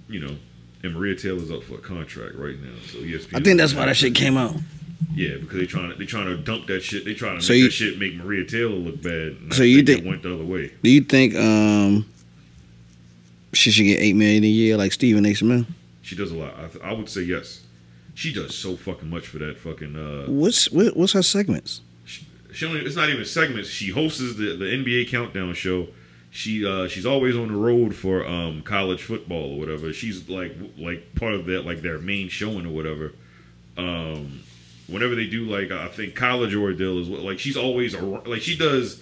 D: you know, and Maria Taylor's up for a contract right now. So E yes,
F: I think that's why that shit came out.
D: Yeah, because they trying to they trying to dump that shit. They trying to
F: So
D: make
F: you-
D: that shit make Maria Taylor look bad. and I
F: So you
D: it
F: think-
D: went the other way?
F: Do you think um she should get eight million a year like Stephen A. Smith?
D: She does a lot. I, th- I would say yes. She does so fucking much for that fucking. Uh,
F: What's what, what's her segments?
D: she only, it's not even segments. She hosts the, the NBA countdown show. She uh, she's always on the road for um, college football or whatever. She's like like part of that like their main showing or whatever. Um, whenever they do like I think college ordeal is what like she's always ar- like she does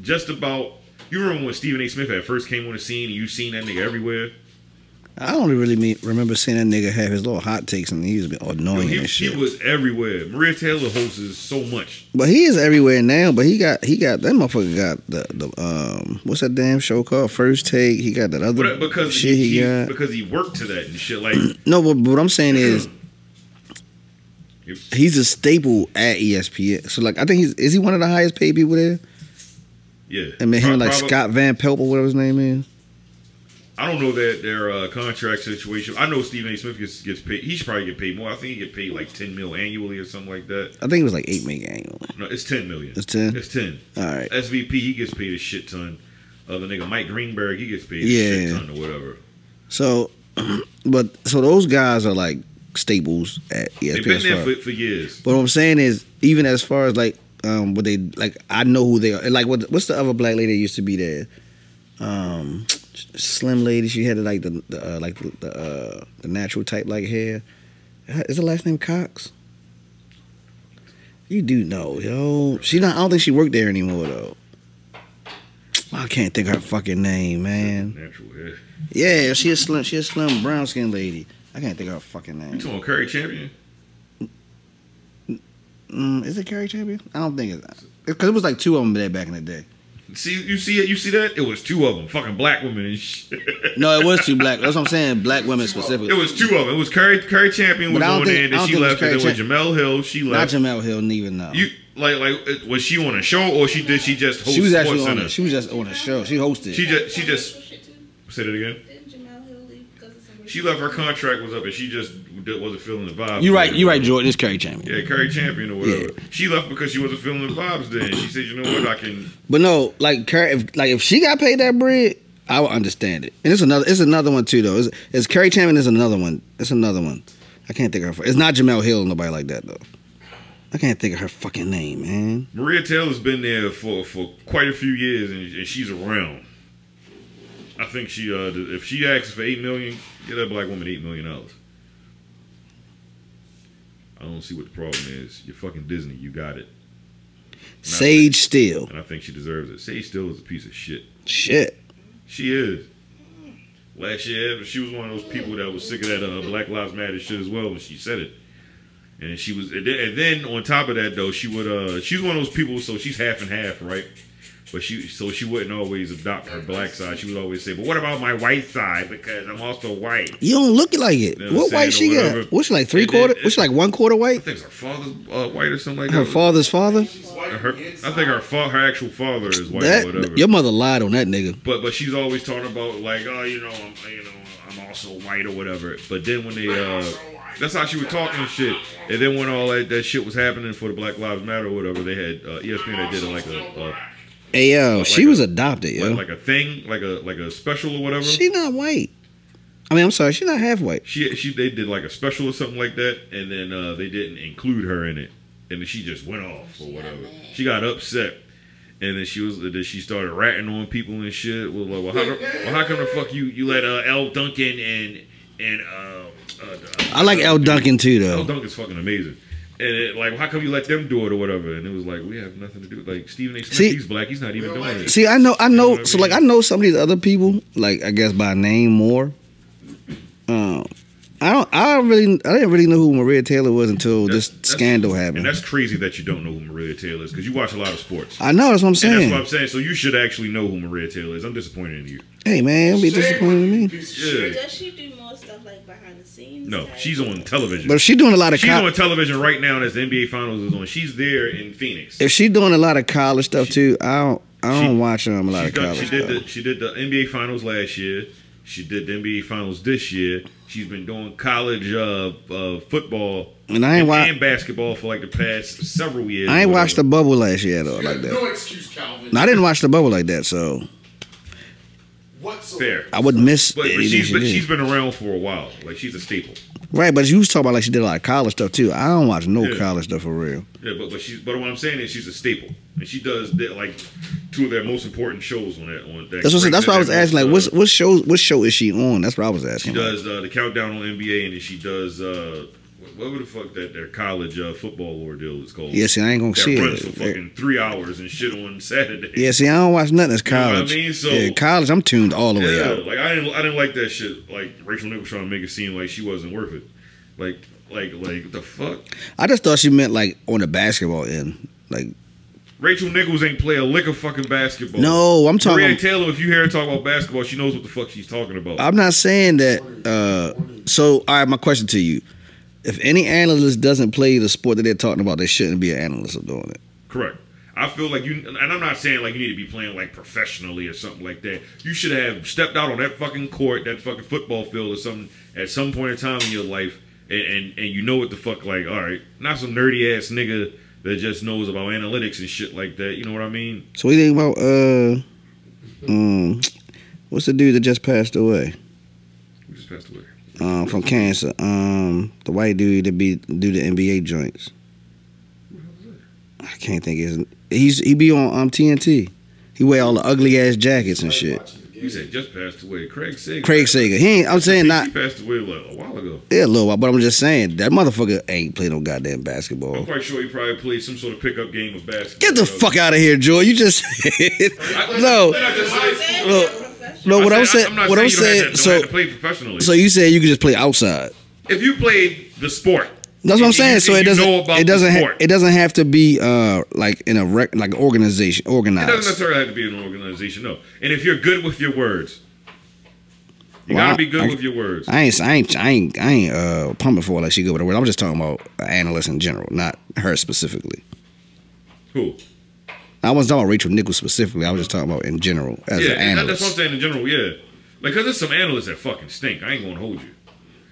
D: just about. You remember when Stephen A. Smith at first came on the scene? and You seen that nigga everywhere.
F: I don't really mean, remember seeing that nigga have his little hot takes and he was annoying
D: He,
F: and
D: he
F: shit.
D: was everywhere. Maria Taylor hosts so much.
F: but he is everywhere now. But he got he got that motherfucker got the the um what's that damn show called First Take. He got that other
D: But uh, because E
F: shit he,
D: he,
F: got.
D: because he worked to that and shit. Like
F: no, but, but what I'm
D: (clears throat)
F: saying is
D: if-
F: he's a staple at E ESPN. So like I think he's is he one of the highest paid people there? (clears throat)
D: yeah,
F: I mean him
D: Prob-
F: like
D: prob-
F: Scott Van Pelt or whatever his name is.
D: I don't know that their uh, contract situation. I know Stephen A. Smith gets, gets paid. He should probably get paid more. I think he get paid like ten mil annually or something like that.
F: I think it was like eight million annual.
D: No, it's ten million.
F: It's 10?
D: It's ten.
F: All right.
D: SVP he gets paid a shit ton. Uh, the nigga Mike Greenberg he gets paid a
F: Yeah.
D: shit ton or whatever.
F: So, (clears throat) but so those guys are like staples at E
D: They've been there
F: ESPN.
D: for, for years.
F: but what I'm saying is, even as far as like um, what they like, I know who they are. Like what, what's the other black lady that used to be there? Um, slim lady. She had like the, the uh, like the the, uh, the natural type like hair. Is her last name Cox? You do know, yo. She not. I don't think she worked there anymore though. I can't think of her fucking name, man.
D: Natural hair.
F: Yeah, she a slim, she a slim brown skinned lady. I can't think of her fucking
D: You
F: name.
D: talking about Curry champion?
F: Mm, is it Carrie Champion? I don't think it's because it was like two of them there back in the day.
D: See you see it. You see that? It was two of them. Fucking black women and shit.
F: No, it was two black. That's what I'm saying. Black women
D: It
F: specifically.
D: was two of them. It was Curry. Curry Champion
F: But
D: was
F: I don't
D: on
F: think-
D: there, and
F: I
D: then
F: don't
D: she
F: think it was
D: left. And then
F: Curry
D: with Jamel Hill, she
F: Not
D: left.
F: Jamel Hill, neither no.
D: You like like it- was she on a show or she did she just host
F: she was actually
D: Sports
F: on
D: Center?
F: a, she was just on a show. She hosted.
D: She just she just
E: Shit, too.
D: said it again.
E: Didn't Jamel Hill leave because of some
D: She left her contract was up and she just d- wasn't feeling the vibe.
F: you right. You right, Jordan. It's Carrie Champion.
D: Yeah, Curry Champion or whatever. She left because she wasn't feeling the vibes. Then she said, "You know what? I can."
F: But no, like Carrie, if, like if she got paid that bread, I would understand it. And it's another, it's another one too though. It's, it's Carrie Champion is another one. It's another one. I can't think of her. It's not Jamel Hill. Nobody like that though. I can't think of her fucking name, man.
D: Maria Taylor's been there for for quite a few years and, and she's around. I think she uh th- if she asks for eight million, get that black woman eight million dollars. I don't see what the problem is. You're fucking Disney. You got it.
F: Sage Steele.
D: and I think she deserves it. Sage Still is a piece of shit.
F: Shit.
D: She is. Last year, she was one of those people that was sick of that uh, Black Lives Matter shit as well when she said it. And she was, and then, and then on top of that though, she would, uh, she's one of those people. So she's half and half, right? But she, so she wouldn't always adopt her black side. She would always say, "But what about my white side? Because I'm also white."
F: You don't look like it.
D: You know
F: what
D: what I'm
F: white
D: saying,
F: she
D: or whatever.
F: got? What's she like three
D: And then-
F: quarter? What's she like one quarter
D: I
F: white?
D: think it's her father's uh, white or something like
F: Her
D: that.
F: father's father.
D: Her- I think her fa- her actual father is white or
F: That
D: whatever.
F: your mother lied on that nigga.
D: But but she's always talking about like oh you know I'm you know I'm also white or whatever. But then when they uh that's how she was talking and shit. And then when all that, that shit was happening for the Black Lives Matter or whatever, they had uh, ESPN that did like a uh,
F: Hey yo, she
D: a-
F: was adopted, yo.
D: like, like a thing like a like a special or whatever.
F: she not white. I mean, I'm sorry, she not half white.
D: she she they did like a special or something like that, and then uh, they didn't include her in it, and then she just went off or whatever. She got upset, and then she was then she started ratting on people and shit. Well, like, well, how, well, how come the fuck you you let uh, L Duncan and and uh, uh,
F: I like L Duncan too,
D: L
F: though.
D: Duncan's fucking amazing. And it, like, how come you let them do it or whatever? And it was like, we have nothing to do. Like Stephen A. Smith,
F: See-
D: he's black. He's not even doing it.
F: See, I know, I
D: know
F: know.
D: what I
F: so,
D: mean?
F: like, I know some of these other people, like I guess by name more. Um, I don't. I don't really. I didn't really know who Maria Taylor was until
D: That's-
F: this
D: that's-
F: scandal
D: And
F: happened.
D: that's crazy that you don't know who Maria Taylor is because you watch a lot of sports.
F: I know. That's what I'm
D: And that's
F: saying.
D: what I'm saying. So you should actually know who Maria Taylor is. I'm disappointed in you.
F: hey man, don't be disappointed in me.
D: Yeah.
E: Does she do more stuff like behind the scenes?
D: No,
E: Like-
D: she's on television.
F: But if she doing a lot of
D: she's
F: co-
D: on television right now as the NBA Finals is on. She's there in Phoenix.
F: if she doing a lot of college stuff too, I don't. I
D: She-
F: don't watch um, a lot
D: She,
F: of
D: done-
F: college
D: she did
F: stuff.
D: the she did the NBA Finals last year. She did the NBA Finals this year. She's been doing college uh, uh, football
F: And I ain't wa-
D: and basketball for like the past several years. uh,
F: I ain't
D: or
F: watched the
D: whatever.
F: bubble last year though, like that.
C: No excuse, Calvin.
F: No, I didn't watch the bubble like that, so
C: Whatsoever.
D: fair.
F: I wouldn't miss
D: But, but
F: anything
D: she's
F: she
D: been,
F: did.
D: she's been around for a while. Like she's a staple.
F: Right, but you was talking about like she did a lot of college stuff too. I don't watch no
D: Yeah.
F: college stuff for real.
D: Yeah, but but she's but what I'm saying is she's a staple, and she does that, like two of their most important shows on that on that.
F: That's what that's why I was asking. Like, what's
D: Uh,
F: what show? What show is she on? That's what I was
D: she
F: asking.
D: does uh, the countdown on NBA, and then she does uh, wh- whatever the fuck that their college uh, football ordeal is called.
F: Yeah, see, I ain't gonna
D: that
F: see
D: runs
F: it.
D: for fucking three hours and shit on Saturday.
F: Yeah, see, I don't watch nothing that's
D: know what I
F: college.
D: mean? So-
F: yeah, college, I'm tuned all the way
D: Yeah,
F: out.
D: like I didn't, I didn't like that shit. Like Rachel Nichols trying to make it seem like she wasn't worth it. Like, like, like what the fuck.
F: I just thought she meant like on the basketball end. Like,
D: Rachel Nichols ain't play a lick of fucking basketball.
F: no, I'm talking.
D: Maria Taylor, if you hear her talk about basketball, she knows what the fuck she's talking about.
F: I'm not saying that. Uh, so, all right, my question to you: If any analyst doesn't play the sport that they're talking about, they shouldn't be an analyst of doing it.
D: Correct. I feel like you, and I'm not saying like you need to be playing like professionally or something like that. You should have stepped out on that fucking court, that fucking football field or something at some point in time in your life, and and, and you know what the fuck, like, all right, not some nerdy ass nigga that just knows about analytics and shit like that. You know what I mean?
F: So, what do you think about uh, um, what's the dude that just passed away
D: We just passed away.
F: um, from cancer? Um, the white dude that be do the NBA joints. I can't think. His, he's he be on um, TNT. He wear all the ugly ass jackets and shit.
D: You said just passed away. Craig Sager.
F: Craig Sager. He ain't, I'm saying not.
D: He passed away like a while ago.
F: Yeah, a little while, but I'm just saying that motherfucker ain't play no goddamn basketball.
D: I'm quite sure he probably played some sort of pickup game of basketball.
F: Get the fuck out of here, Joy. You just (laughs) no,
D: I just said-
E: Said
F: Look,
E: you're a professional.
F: no. What
D: I
F: I'm
D: said-
F: saying,
D: not
F: what I'm
D: you don't have to-
F: saying.
D: don't have
F: So,
D: to play professionally.
F: so you said you could just play outside.
D: if you played the sport,
F: That's
D: and
F: what I'm
D: you-
F: saying. So
D: and
F: it
D: you
F: doesn't.
D: know about
F: It doesn't.
D: the
F: Ha-
D: sport.
F: it doesn't have to be uh like in a rec- like organization
D: It doesn't
F: organized.
D: necessarily have to be an organization, no. And if you're good with your words, you
F: Well,
D: gotta
F: I-
D: be good
F: I-
D: with your words.
F: I ain't. I ain't. I ain't. I ain't uh pumping for her like she good with her word. I'm just talking about analysts in general, not her specifically.
D: Who?
F: I wasn't talking about Rachel Nichols specifically. I was just talking about in general as
D: Yeah,
F: an
D: and that- that's what I'm
F: analyst.
D: saying in general. Yeah, like because there's some analysts that fucking stink. I ain't gonna hold you.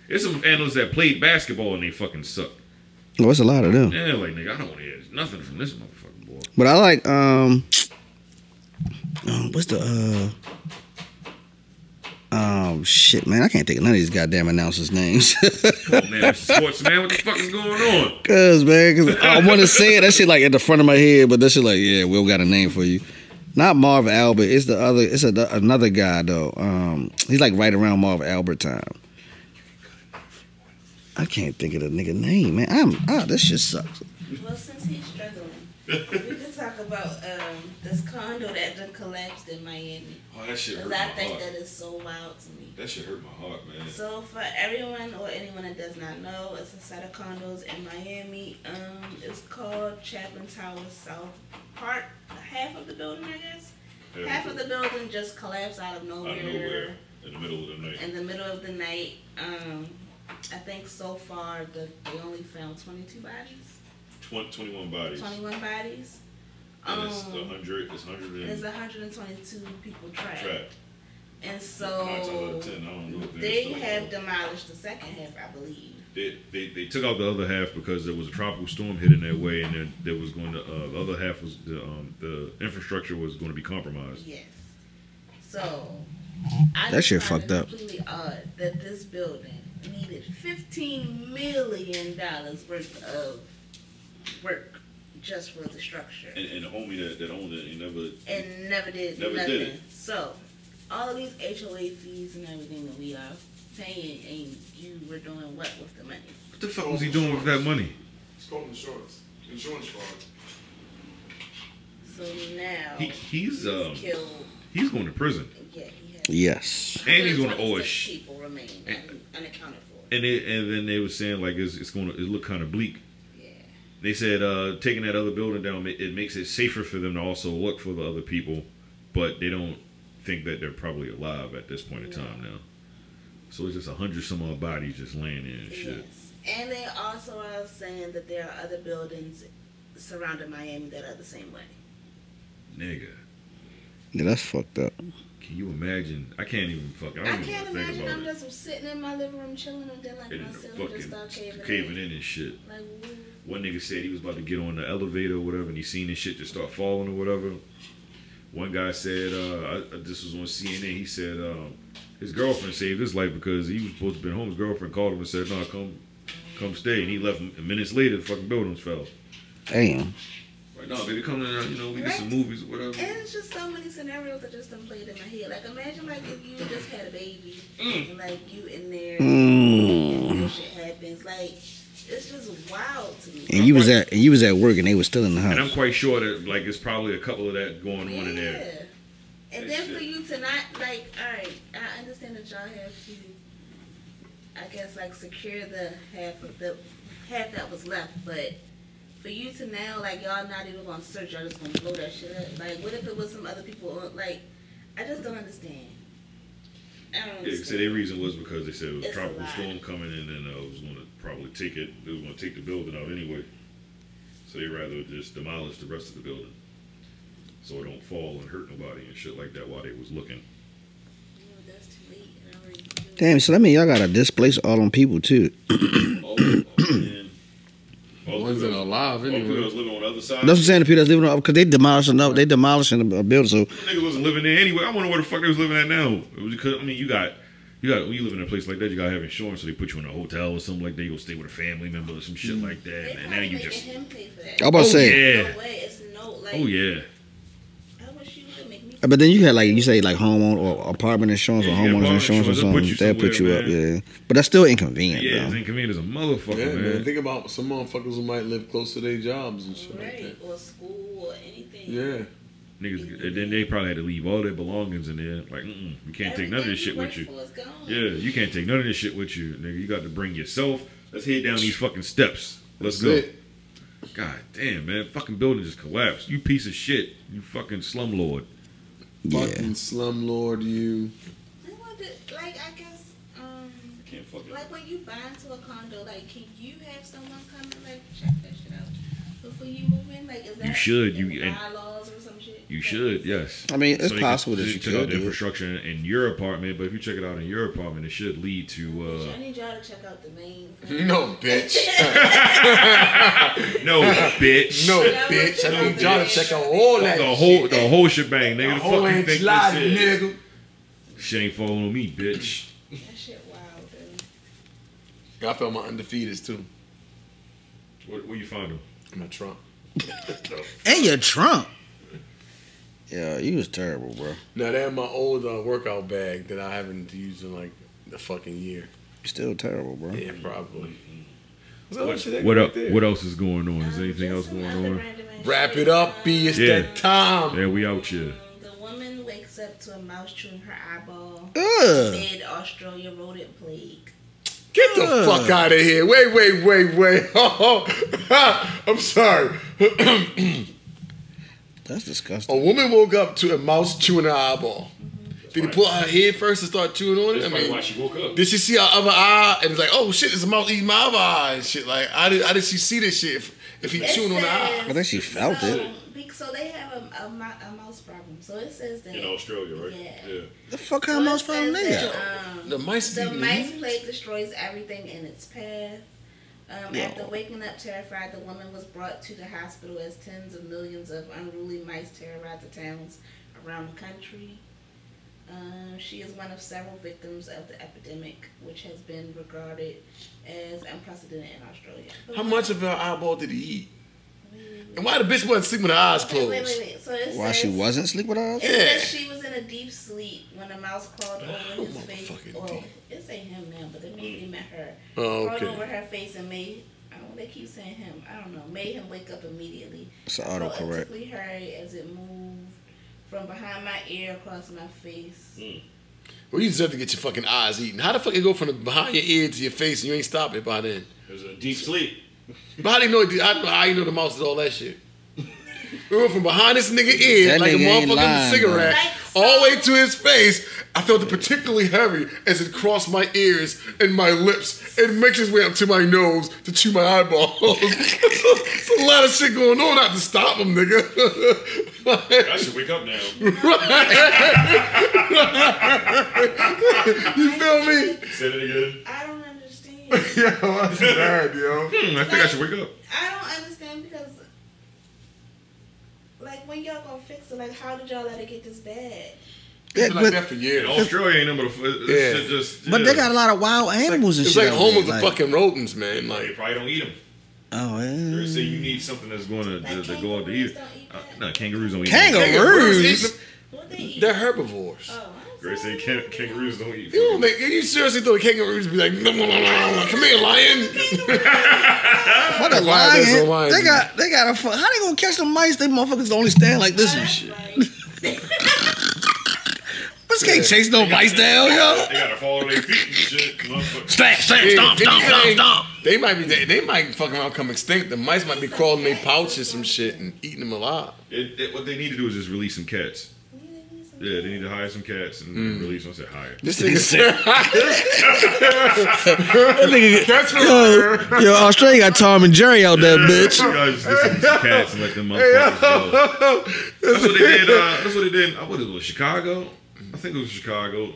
D: There's some analysts that played basketball and they fucking suck.
F: Well, Oh, it's a lot of them.
D: Yeah, like nigga, I don't want to hear nothing from this motherfucking
F: (laughs)
D: boy.
F: But I like um, um, what's the uh um shit man I can't think of none of these goddamn announcers names (laughs)
D: Come on, man, Mr. sports man, what the fuck is going on?
F: cause man cause I want to say it that shit like at the front of my head but that shit like yeah we don't got a name for you not Marv Albert it's the other it's a, another guy though um he's like right around Marv Albert time I can't think of the nigga name man I'm ah this shit sucks
E: Well, since he's struggling, we could talk about um, this condo that done collapsed in Miami.
D: Oh, that shit
E: Because I think that is so wild to me.
D: That shit hurt my heart, man.
E: So for everyone or anyone that does not know, it's a set of condos in Miami. Um, it's called Chapman Towers South Park. Half of the building, I guess.
D: Yeah.
E: Half of the building just collapsed out
D: Out
E: of
D: of nowhere
E: nowhere
D: in the middle of the night.
E: in the middle of the night. Um, I think so far the, they only found 22 bodies,
D: Twen- 21 bodies.
E: 21 bodies.
D: and it's
E: Um,
D: 100, it's 100
E: There's
D: and
E: 122 people trapped,
D: Mm-hmm. trapped.
E: and
D: Nine times out of
E: so
D: ten, I don't know if they're
E: they
D: still
E: have
D: alive.
E: demolished the second half, I believe.
D: they, they, they took out the other half because there was a tropical storm hitting that way, and then there was going to uh, the other half was the um, the infrastructure was going to be compromised.
E: Yes. So I
F: That
E: just
F: shit
E: find
F: fucked
E: it
F: up.
E: Completely odd that this building needed fifteen million dollars worth of work just for the structure,
D: And, and the homie that, that owned it, he never.
E: and never did
D: Never
E: nothing.
D: did it.
E: So all of these HOA fees and everything that we are paying, and you were doing what with the money?
D: What the fuck was he doing with that money?
C: It's called insurance. Insurance fraud.
E: So now
D: He, he's um,
E: killed.
D: he's going to prison,
E: Yeah, he has.
F: Yes.
D: and he's going to owe us.
E: 26
D: sh-
E: people remain un- unaccounted for.
D: And they, and then they were saying like it's, it's going to it look kind of bleak.
E: Yeah.
D: They said uh, taking that other building down it, it makes it safer for them to also look for the other people, but they don't think that they're probably alive at this point in time now. So it's just a hundred some odd bodies just laying there and shit.
E: Yes. And they also are saying that there are other buildings surrounding Miami that are the same way.
D: Nigga,
F: Yeah, that's fucked up.
D: can you imagine? I can't even fuck. I,
E: I,
D: don't even wanna
E: can't
D: think
E: imagine
D: about
E: I'm
D: it.
E: just sitting in my living room chilling and then like
D: And
E: my
D: the
E: ceiling just start
D: fucking
E: caving,
D: caving
E: in.
D: in and shit.
E: Like, woo.
D: One nigga said he was about to get on the elevator or whatever, and he seen this shit just start falling or whatever. One guy said, uh, I, I- this was on CNN, he said um, his girlfriend saved his life because he was supposed to be home. His girlfriend called him and said, no, come come stay. And he left m- minutes later, the fucking buildings fell.
F: Damn.
D: Like, no, baby, come in, uh, you know, we get some movies or whatever.
E: and it's just so many scenarios that just done played in my head. Like imagine like if you just had a baby and like you in there
F: Mm. Hmm.
E: and this shit happens. Like it's just wild to me.
F: And you was at and you was at work and they was still in the
D: And I'm
F: house.
D: quite sure that, like, it's probably a couple of that going on in there.
E: Yeah. And
D: That
E: then for
D: shit.
E: you to not like, all right, I understand that y'all have to, I guess, like secure the half of the half that was left, but for you to now like y'all not even gonna search, y'all just gonna blow that shit up. Like, what if it was some other people? on Like, I just don't understand. I don't
D: Yeah,
E: understand.
D: so their reason was because they said it was a
E: It's a
D: tropical
E: lot.
D: storm coming in and uh, it was going to probably take it. It was going to take the building out anyway. So they rather just demolish the rest of the building, so it don't fall and hurt nobody and shit like that while they was looking.
E: You know, that's too late, and I already knew.
F: Damn, so that mean y'all gotta displace all them people too.
D: (coughs) All the oh, man. Oh, All the
C: Ones that are
D: girls-
C: alive
D: all the
C: anyway.
D: girls living on the other side.
F: That's what I'm saying. The people that's living up because they demolishing up, they demolishing a building. So
D: Niggas wasn't living there anyway. I wonder where the fuck they was living at now. It was because I mean, you got, you got, when you live in a place like that, you gotta have insurance, so they put you in a hotel or something like that. You go stay with a family member or some shit like
E: They
D: that. And
E: probably
D: now you
E: making
D: just,
E: him pay for that.
F: I'm about to
D: oh
F: say,
D: yeah,
E: No way, it's no like.
D: oh yeah. Oh,
E: I wish you would make me.
F: but then you had like you say like homeowner or apartment insurance or
D: Yeah,
F: homeowners
D: apartment
F: insurance or
D: insurance, they'll put
F: something.
D: you
F: They'll put you
D: somewhere,
F: up, yeah. But that's still inconvenient,
D: Yeah, it's
F: bro.
D: inconvenient as a motherfucker,
C: Yeah,
D: man.
C: man. Think about some motherfuckers who might live close to their jobs and shit
E: Right,
C: like that.
E: or school or anything.
C: Yeah.
D: Niggas, and then they probably had to leave all their belongings in there. Like, mm-mm, you can't take none of this shit with you. Yeah, you can't take none of this shit with you, nigga. You got to bring yourself. Let's head down these fucking steps. Let's
C: That's
D: go.
C: it.
D: God damn, man. Fucking building just collapsed. You piece of shit. You fucking slumlord.
F: Yeah.
C: Fucking slumlord, you.
E: I wonder, like, I guess, um,
D: Can't fucking.
E: like when you buy into a condo, like, can you have someone come and like check that shit out before you move in? Like, is that
D: should, you-
E: in
D: and-
E: bylaws or some shit?
D: You should, yes.
F: I mean, it's
D: they
F: possible
D: can-
F: that
D: they
F: you
D: check out
F: could
D: the
F: do it.
D: infrastructure in, in your apartment, but if you check it out in your apartment, it should lead
E: I
D: to
E: need y'all to check out the main.
C: (laughs) No, bitch. (laughs)
D: uh
F: (laughs)
D: no, bitch.
C: No,
E: Yeah,
C: bitch. I
E: we're
C: need y'all to check out all that.
D: The
C: shit.
D: whole the whole shebang,
C: The
D: nigga. The
C: whole
D: fuck you think
C: enchilada,
D: this is?
C: nigga.
D: Shit ain't falling on me, bitch.
E: That shit wild. Dude.
C: I felt my undefeateds too.
D: Where, where you find them?
C: My (laughs) Trump.
F: And your Trump. Yeah, you was terrible, bro. You
C: Now they have my old uh, workout bag that I haven't used in like a fucking year.
F: still terrible, bro.
C: Yeah, probably. Mm-hmm.
D: What, what, el- what else is going on? Is anything
E: Um,
D: else
E: Just some
D: going
E: other
D: on?
E: random ass
C: Wrap
E: shit. um,
C: it up, B. It's
D: Yeah.
C: that time.
D: Yeah, we out here.
E: The woman wakes up to a mouse chewing her eyeball.
F: Ugh.
E: Mid Australia rodent plague.
C: Get the
F: Ugh.
C: fuck out of here. Wait, wait, (laughs) (clears throat) wait, wait. I'm sorry.
F: That's disgusting.
C: A woman woke up to a mouse chewing her eyeball. Did he pull out her head first and start chewing on it?
D: That's
C: I
D: probably
C: mean,
D: why she woke up.
C: did she see her other eye and was like, "Oh shit, it's a mouse eating my other eye and shit"? Like, how did how did she see this shit if, if he chewing on her eye?
F: I think she felt
E: so,
F: it.
E: be- So they have a, a, mou- a mouse problem. So it says that.
D: in Australia, right?
E: Yeah.
D: yeah.
F: The fuck kind
E: so
F: of
E: it
F: mouse problem
E: says
F: they got?
E: that, um,
C: The mice is
E: The
C: eating
E: mice
C: the-
E: plague destroys everything in its path. Um, After waking up terrified, the woman was brought to the hospital as tens of millions of unruly mice terrorized the towns around the country. Um, she is one of several victims of the epidemic, which has been regarded as unprecedented in Australia.
C: How much of her eyeball did he eat? And why the bitch wasn't sleeping with her eyes
E: Wait,
C: closed?
E: wait, wait, wait. So it
F: Why
E: says,
F: she wasn't sleep with us?
E: It says
C: Yeah. Oh,
E: she was in a deep sleep when a mouse crawled over his face.
C: motherfucking
E: Well,
C: deep.
E: it's ain't him now, but it mainly meant her.
C: Oh,
E: Crawled
C: okay.
E: over her face and made. I don't. They keep saying him. I don't know. Made him wake up immediately.
F: It's an
E: I felt
F: autocorrect.
E: Actively hurried as it moved from behind my ear across my face.
C: Mm. Well, you deserve to get your fucking eyes eaten. How the fuck it go from the behind your ear to your face and you ain't stop it by then?
D: It was a deep sleep.
C: But how do you know? How do how you know the mouse is all that shit? We went from behind this nigga ear
F: That
C: like
F: nigga
C: a
F: ain't
C: motherfucking
F: lying,
C: cigarette,
E: bro. Like
C: all the way
E: so-
C: to his face. I felt it particularly heavy as it crossed my ears and my lips. It makes its way up to my nose to chew my eyeballs. (laughs) it's a lot of shit going on. I have to stop him, nigga. (laughs)
D: I should wake up now.
C: you feel me?
D: Said it again.
E: I don't
C: (laughs)
E: understand.
C: Yo, that's bad, yo.
D: Hmm, I think I should wake up.
E: I don't understand because, like, when y'all gonna fix it? Like, how did y'all let it get this bad?
F: Yeah,
C: It's been like
F: but,
C: that for
D: In
C: years.
D: Australia ain't number. Yeah.
C: Yeah.
D: Shit just,
F: but
D: yeah.
F: they got a lot of wild animals and
C: It's
F: shit.
C: like
F: out
C: home
F: there,
C: of the fucking rodents, man.
D: They
C: Like,
D: probably don't eat them.
F: Oh,
D: They say
F: yeah.
D: you need something that's going to,
E: Like
D: to, to go out to eat.
E: kangaroos don't eat
D: Uh,
E: that?
D: no, kangaroos don't eat.
F: Kangaroo?
C: kangaroos eat
E: What they eat?
C: them. They're herbivores.
E: Oh, I'm
D: They say
E: sorry.
D: can, kangaroos don't eat.
C: You don't
D: fucking-
C: think you seriously thought the kangaroos would be like, "Nom, nom, nom, nom, come here, lion?
F: What a
C: That's why there's no
F: lion.
C: lions
F: They
C: in
F: got, they got a fu- How they gonna catch the mice? They motherfuckers only stand like this
C: (laughs)
F: and shit. Bitch can't chase no mice down, yo.
D: They gotta fall on their feet and shit. Motherfucker.
F: Stamp, stamp,
C: Yeah,
F: stomp,
C: if
F: stomp, stomp,
C: anything,
F: stomp.
C: They might be they, they might fucking around come extinct. The mice might be crawling their pouch or some shit and eating them alive.
D: It, it, what they need to do is just release some cats. Yeah, they need to hire some cats and
F: Mm.
D: release them. I said hire.
C: This nigga said (laughs) That's for
F: Yo, yo, Australia got Tom and Jerry out there, bitch.
D: You guys just listen to some cats and let them motherfuckers go. That's what they did.
F: (laughs)
D: Uh, that's what they did. Uh, what is it? Chicago? I think it was Chicago.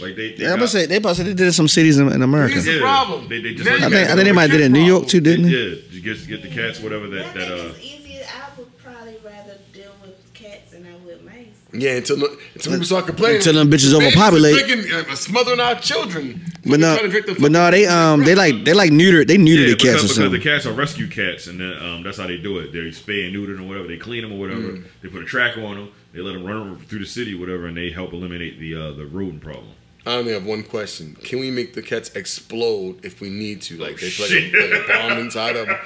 D: Like they. they
F: Yeah, I'm
D: got-
F: gonna say they probably said they did it in some cities in, in America.
C: Here's the
D: Yeah.
C: problem.
D: They- they just
C: Now
D: like-
C: you
F: I
C: got
F: think, I
C: the
F: think they might did it in New York too, didn't they?
D: Yeah, you get to get the cats, whatever that
E: I
D: that uh.
E: think it's easier. I would probably rather deal with cats than I would mice.
D: (laughs)
C: Yeah, until no- until people start complaining.
F: Until them bitches
C: Man, this is
F: overpopulate.
C: freaking, uh, smothering our children.
F: But no,
C: Trying to drink the
F: but no, they um, they like they like neutered, they neutered
D: Yeah,
F: the cats
D: because,
F: or
D: because
F: something.
D: the cats are rescue cats, and then, um, that's how they do it. They spay and neuter them or whatever. They clean them or whatever.
F: Mm.
D: They put a tracker on them. They let them run over through the city, whatever, and they help eliminate the uh, the rodent problem.
C: I only have one question. Can we make the cats explode if we need to? Like they put
D: shit.
C: like, a- like a bomb inside of them.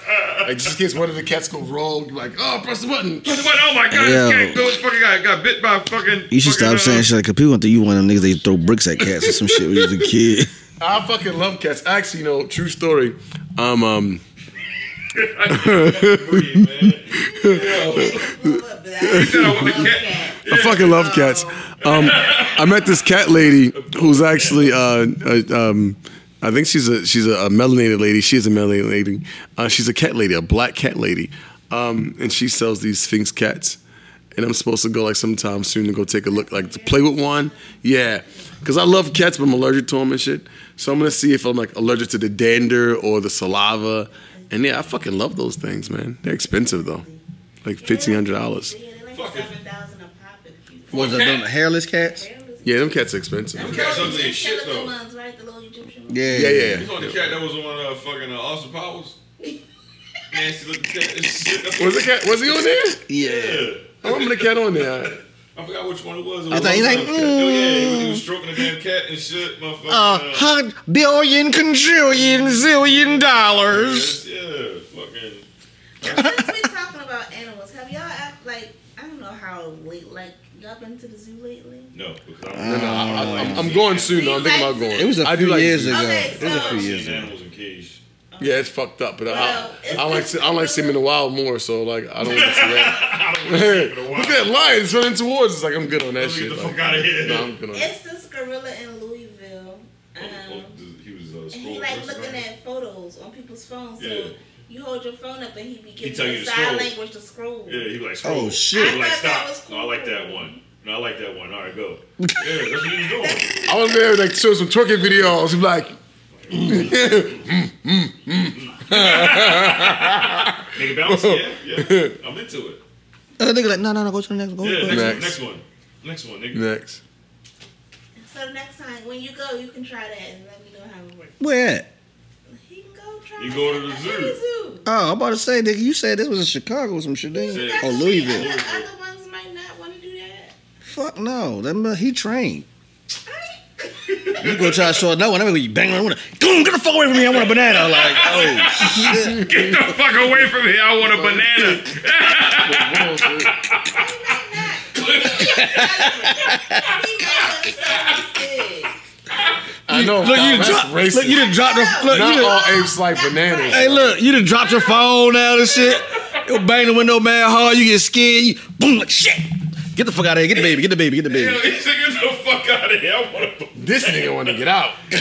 C: Like just in case one of the cats go rogue, you're like, oh, press the button.
D: What? Oh my god! This
F: Yo.
D: cat goes fucking got, got bit by a fucking.
F: You should
D: fucking, uh,
F: stop saying shit like because people think you one of them niggas they throw bricks at cats or some shit when you was a kid.
C: I fucking love cats. Actually, you know, true story. Um, um,
F: (laughs)
E: Well, but I
D: said I want a
E: love
D: cat.
E: cats.
C: I fucking love cats. Um, I met this cat lady who's actually, uh, uh, um, I think she's a she's a, melanated lady. She is a melanated lady. Uh, she's a cat lady, a black cat lady, um, and she sells these Sphinx cats. And I'm supposed to go like sometime soon to go take a look, like to play with one. Yeah, because I love cats, but I'm allergic to them and shit. So I'm gonna see if I'm like allergic to the dander or the saliva. And yeah, I fucking love those things, man. They're expensive though, like (laughs) fifteen hundred dollars.
E: Yeah, they're like seven thousand a pop if you.
F: (laughs) Was it them hairless cats?
C: Yeah, them cats are expensive.
D: Cats ugly as shit
E: Skeleton
D: though.
E: ones, right? The little Egyptian ones.
F: Yeah,
C: Yeah, yeah.
D: You
C: yeah.
D: saw the cat that was on uh, fucking uh, Austin Powers. Nasty looking cat.
C: Was the cat? Was he on there?
F: yeah.
D: Yeah.
C: I remember the cat on there.
D: I forgot which one it was. It
F: I
D: was
F: thought he
D: one of
F: like,
D: those-
F: mm.
D: Oh, yeah, he was, he was stroking the damn cat and shit, motherfucker. uh,
F: A hundred billion, quadrillion, zillion dollars.
D: yes, yeah, fucking.
E: Since we
C: (laughs)
E: talking about animals, have y'all act like I don't know how late? Like y'all been to the zoo lately?
D: No, because I'm,
C: No, no, I, I, I'm, I'm going soon. though. I'm thinking about going.
F: It was a
C: I do
F: few
C: like
F: years
C: zoos.
F: ago.
E: Okay,
F: it was a few
E: so-
F: years
D: seeing
F: ago.
C: (laughs)
D: animals in cage.
E: Oh,
C: Yeah, it's fucked up. But I,
E: Well, it's
C: I like
E: just-
C: to, I like to see him in the wild more. So like I don't want to see
D: (laughs)
C: that. Look at that lion it's running towards. us. like I'm good on that
D: Let's get
C: shit.
D: the
C: Like,
D: fuck out of here.
C: nah, I'm good on that.
E: It's this gorilla in Louisville.
D: Oh,
E: Um,
D: He was uh,
E: and he
D: scrolling
E: like
D: Instagram.
E: looking at photos on people's phones.
D: Yeah.
E: So you hold your phone up and he be giving
D: tell
E: you
D: you
E: a
D: to
E: sign
D: scroll.
E: language to scroll.
D: Yeah, he like scroll.
F: Oh, shit.
D: He
E: I
D: like
E: thought that
D: stop.
E: was cool.
D: No, I like that one. No, I like that one. All right,
F: (laughs)
D: go. Yeah, that's what he was doing.
C: I was there like show some twerking videos. I'm like,
D: Nigga bounce, yeah,
F: (laughs)
D: yeah. I'm into it.
F: And the Uh, nigga like, no, no, no, go to the next, go,
D: Yeah,
F: go.
D: next,
C: Next.
D: one, next one, next one, nigga.
C: next.
E: So next time when you go, you can try that and let me know how it works.
F: Where at?
E: He can go try.
D: You go to
E: that
D: the
E: at
D: zoo.
E: any zoo.
F: Oh, I'm about to say, nigga, you said this was in Chicago or some shit, didn't you?
D: Yeah.
F: Oh,
E: That's
F: Louisville.
E: okay. Other, other ones might not want to do that.
F: Fuck no. That man, he trained.
E: I-
F: You go try to short that one. I'm gonna bang on the window. Boom, get the fuck away from me. I want a banana. Like, oh shit.
D: Get the fuck away from here! I want a banana.
C: I
D: (laughs)
C: know.
F: Look,
C: Kyle,
F: you
C: that's
F: dropped.
C: racist. uh,
F: Look, you done dropped the. Look,
C: Not
F: you done,
C: all apes like bananas.
F: hey, look, you done dropped your phone now and shit. You bang the window man hard. You get scared. You boom, like shit. Get the fuck out of here. Get the baby. Get the baby. Get the
D: Hell,
F: baby.
D: he said, "Get the fuck out of here! I want a banana."
C: This nigga want to get out.
D: man, put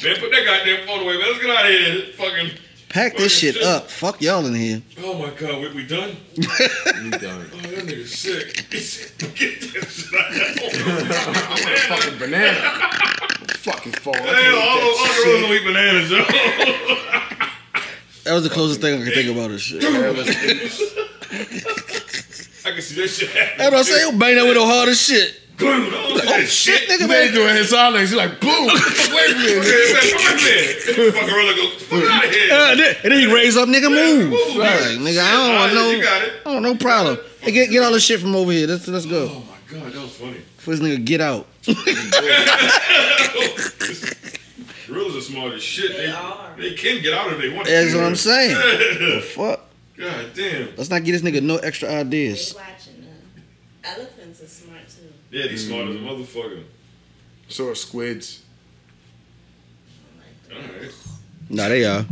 D: that goddamn phone away, man. Let's get out of here. Fucking.
F: Pack this shit up. Fuck y'all in here.
D: Oh my god, we, we done?
C: You done.
D: Oh, that nigga's sick. (laughs) He said, Get that shit
C: (laughs)
D: out.
C: Fucking
D: (laughs)
C: banana. Fucking fall. I
D: Hey,
C: can't eat that
D: all all the
C: shit.
D: girls don't eat bananas, yo. (laughs)
F: That was the closest thing I could think about this shit.
C: Yeah, let's-
D: I can see that shit happening.
F: That's what I'm saying. You bang that window hard as shit.
D: Boom, oh, look at that shit.
F: Shit, nigga,
C: They
F: man.
C: ain't doing his legs. He's like, boom.
D: (laughs)
C: Wait a
D: Yeah,
C: minute.
D: man, come back here. Fuck gorilla, go get the fuck out of here.
F: Uh, and then- and then he raised up, nigga, move.
D: move,
F: Like,
D: nigga.
F: nigga, I don't want
D: Alright,
F: no,
D: you got it.
F: I don't want no problem. Hey, get, get all this shit from over here. Let's let's go.
D: Oh my god, that was funny.
F: For this nigga, get out.
D: Gorillas are smart as shit. They,
E: They are.
D: they can get out if they want to.
F: That's what I'm saying. Well, fuck.
D: (laughs) God damn.
F: Let's not give this nigga no extra ideas.
E: watching them. Elephants are smart too.
D: Yeah, they smart as a
C: Mm-hmm.
D: motherfucker.
C: So are squids.
D: All right.
F: Nah, they are.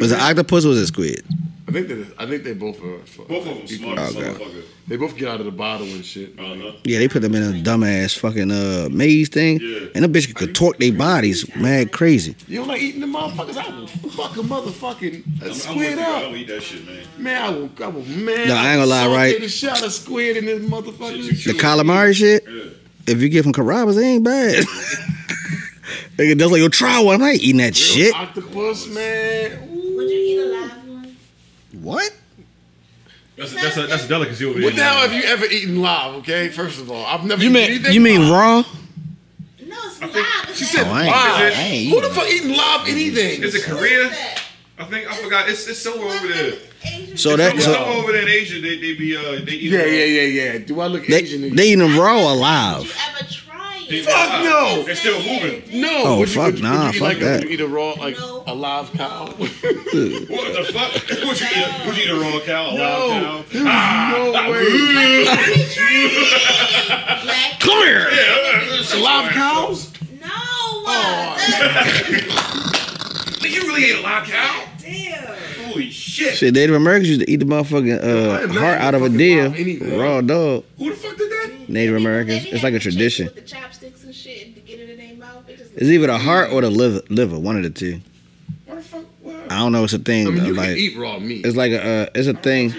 F: Was it octopus? or Was it squid?
C: I think that I think they both are. fu-
D: Both of them smart as a
F: Okay.
D: motherfucker.
C: They both get out of the bottle and shit.
D: Uh-huh.
F: Yeah, they put them in a dumbass fucking uh maze thing,
D: Yeah.
F: and them bitch could contort their bodies, mad crazy.
C: You don't like eating the motherfuckers? I will fuck a motherfucking a
D: I'm, I'm with
C: squid
D: you. I don't
C: up.
D: eat that shit, man.
C: Man, I will, I will, man.
F: No, I ain't gonna
C: will
F: lie,
C: saute
F: right?
C: The shot of squid in this motherfucker.
F: The calamari shit. If you give them carabas, they ain't bad. (laughs) nigga, that's like yo try one. I'm not eating that shit.
C: Octopus, man. Ooh.
E: Would you eat a live one?
F: What?
D: That's, that's, a, that's a delicacy over there.
C: What the hell have you ever eaten live? Okay, first of all, I've never.
F: You
C: eaten
F: mean
C: anything
F: you mean
C: live.
F: raw?
E: No, it's live.
C: She said
F: Oh, I ain't-
C: live.
F: I ain't
C: Who the
F: eating
C: fuck eating live anything?
D: Is it Korea? I think, I forgot. It's, it's somewhere over there.
F: So that
D: Somewhere,
F: so
D: somewhere over there in Asia, they, they be, uh, they eat.
C: Yeah, yeah, yeah, yeah. Do I look
F: they
C: Asian?
F: they eating them raw or
E: Did
F: live.
E: you ever try
D: They-
E: it?
C: Fuck no.
D: It's still moving.
C: no.
F: Oh,
C: would you-
F: fuck,
C: would you-
F: nah,
C: would you eat
F: fuck
C: like a-
F: that.
C: would you eat a raw like
E: No.
C: a live cow?
D: What the fuck? Would you eat? Would you eat a raw cow?
C: (laughs)
D: A
C: no,
D: live
C: there's
D: cow?
C: no way.
E: Black.
F: Come
D: uh,
F: here.
C: Live cows?
E: No. uh,
D: Oh.
E: that's-
D: Nigga, you really ate a live cow?
E: Damn.
D: Holy shit.
F: Shit, Native Americans used to eat the motherfucking
C: I
F: uh,
C: am not
F: heart
C: eating
F: out of a
C: fucking
F: deer,
C: live anything.
F: raw dog.
D: Who the fuck did that?
F: Native
E: People,
F: Americans,
E: they
F: it's
E: have
F: like a
E: the chicken
F: tradition.
E: With the chopsticks and shit to get it in their mouth. They just
F: It's either the heart or the liver, liver one of the two.
D: What the fuck? What?
F: I don't know. It's a thing.
C: I mean, you
F: like
C: can eat raw meat.
F: it's like a uh, it's a thing.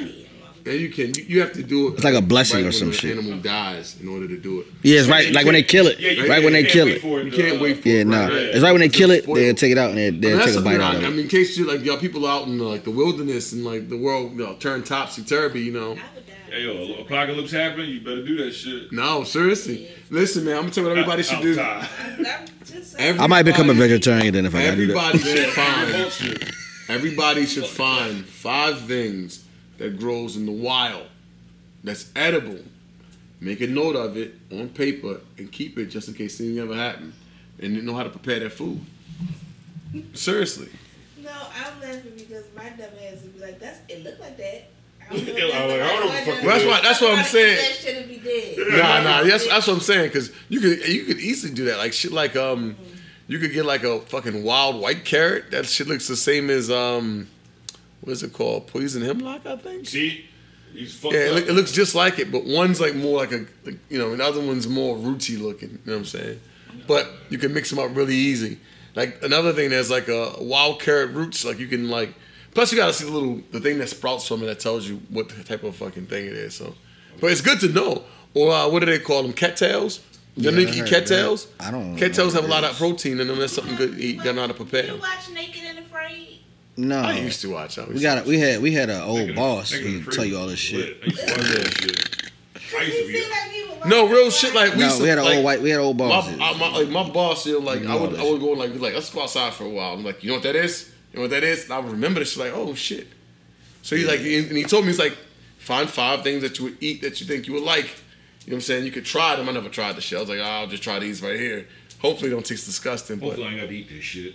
C: Yeah, you can. You, you have to do it.
F: It's like a blessing or
C: when
F: some
C: the
F: shit.
C: Animal dies in order to do it.
F: Yeah, it's right. Like when they kill it,
D: Yeah, you
F: right
D: can't-
F: when they
D: you
F: kill
D: can't
F: it.
D: wait for
C: You
D: to,
C: can't
D: uh,
C: wait for.
F: Yeah,
C: it,
F: no,
C: right?
F: it's right when they
C: It's
F: kill it.
C: spoiled.
F: They'll take it out and they
C: I mean,
F: they'll
C: that's
F: take a
C: something
F: bite
C: I,
F: out of
C: I
F: it.
C: mean, in case you like y'all people out in like the wilderness and like the world, you know, turn topsy turvy. You know,
E: I would die.
D: Hey, yo, apocalypse happening. You better do that shit.
C: no, seriously. Listen, man, I'm gonna tell you what everybody should do.
D: Outside.
E: I'm just saying.
F: I
C: Everybody,
F: might become a vegetarian then if I gotta do that.
C: Everybody should
D: (laughs)
C: find.
D: Bullshit.
C: Everybody should find five things that grows in the wild that's edible. Make a note of it on paper and keep it just in case anything ever happened. And you know how to prepare that food. Seriously.
E: No, I'm laughing because my dumb ass would be like, "That's it. Look like that."
D: Yeah, I'm (laughs) like, I don't know what the fuck
C: Well, that's why- that's what I'm saying.
E: That shit would be dead.
C: Nah, nah, that's, that's what I'm saying. Cause you could you could easily do that. Like shit, like um, You could get like a fucking wild white carrot. That shit looks the same as um, what is it called? Poison hemlock, I think.
D: See, he's fucked
C: Yeah, it,
D: up.
C: look, it looks just like it, but one's like more like a, like, you know, another one's more rooty looking. You know what I'm saying? But you can mix them up really easy. Like another thing, there's like a wild carrot roots. Like you can like. Plus, you gotta see the little the thing that sprouts from it that tells you what the type of fucking thing it is. So, but it's good to know. Or uh, what do they call them? Cattails. You
F: Yeah,
C: know, you
F: I
C: can eat
F: heard that.
C: cattails.
F: I don't know
C: Cattails
F: what
C: have a
F: it
C: lot
F: is.
C: of protein in them. That's something good. to eat. You gotta know how to prepare.
E: You watch Naked and Afraid?
F: No,
C: I used to watch. I was,
F: we got a, we had we had an old
D: Nigga,
F: boss
D: nigga,
F: who
D: the
F: tell
D: freak
F: you all this
D: was lit.
F: shit.
D: I used to watch that shit. I used to
E: You
D: be.
E: seem like you would
C: no
E: watch
C: real
E: that
C: shit.
E: one.
C: Like we
F: No,
C: used to,
F: we had an
C: like-
F: old white we had old bosses.
C: My, I- my, like my boss, you know, like I would, I would go and like, be like, let's go outside for a while. I'm like, you know what that is? You know what that is? And I would remember this. She's like, oh shit. So he's like, and he told me, he's like, find five things that you would eat that you think you would like. You know what I'm saying? You could try them. I never tried the shit. I was like, "Ah, I'll just try these right here. Hopefully, it don't taste disgusting. But
D: Hopefully, I ain't got to eat this shit.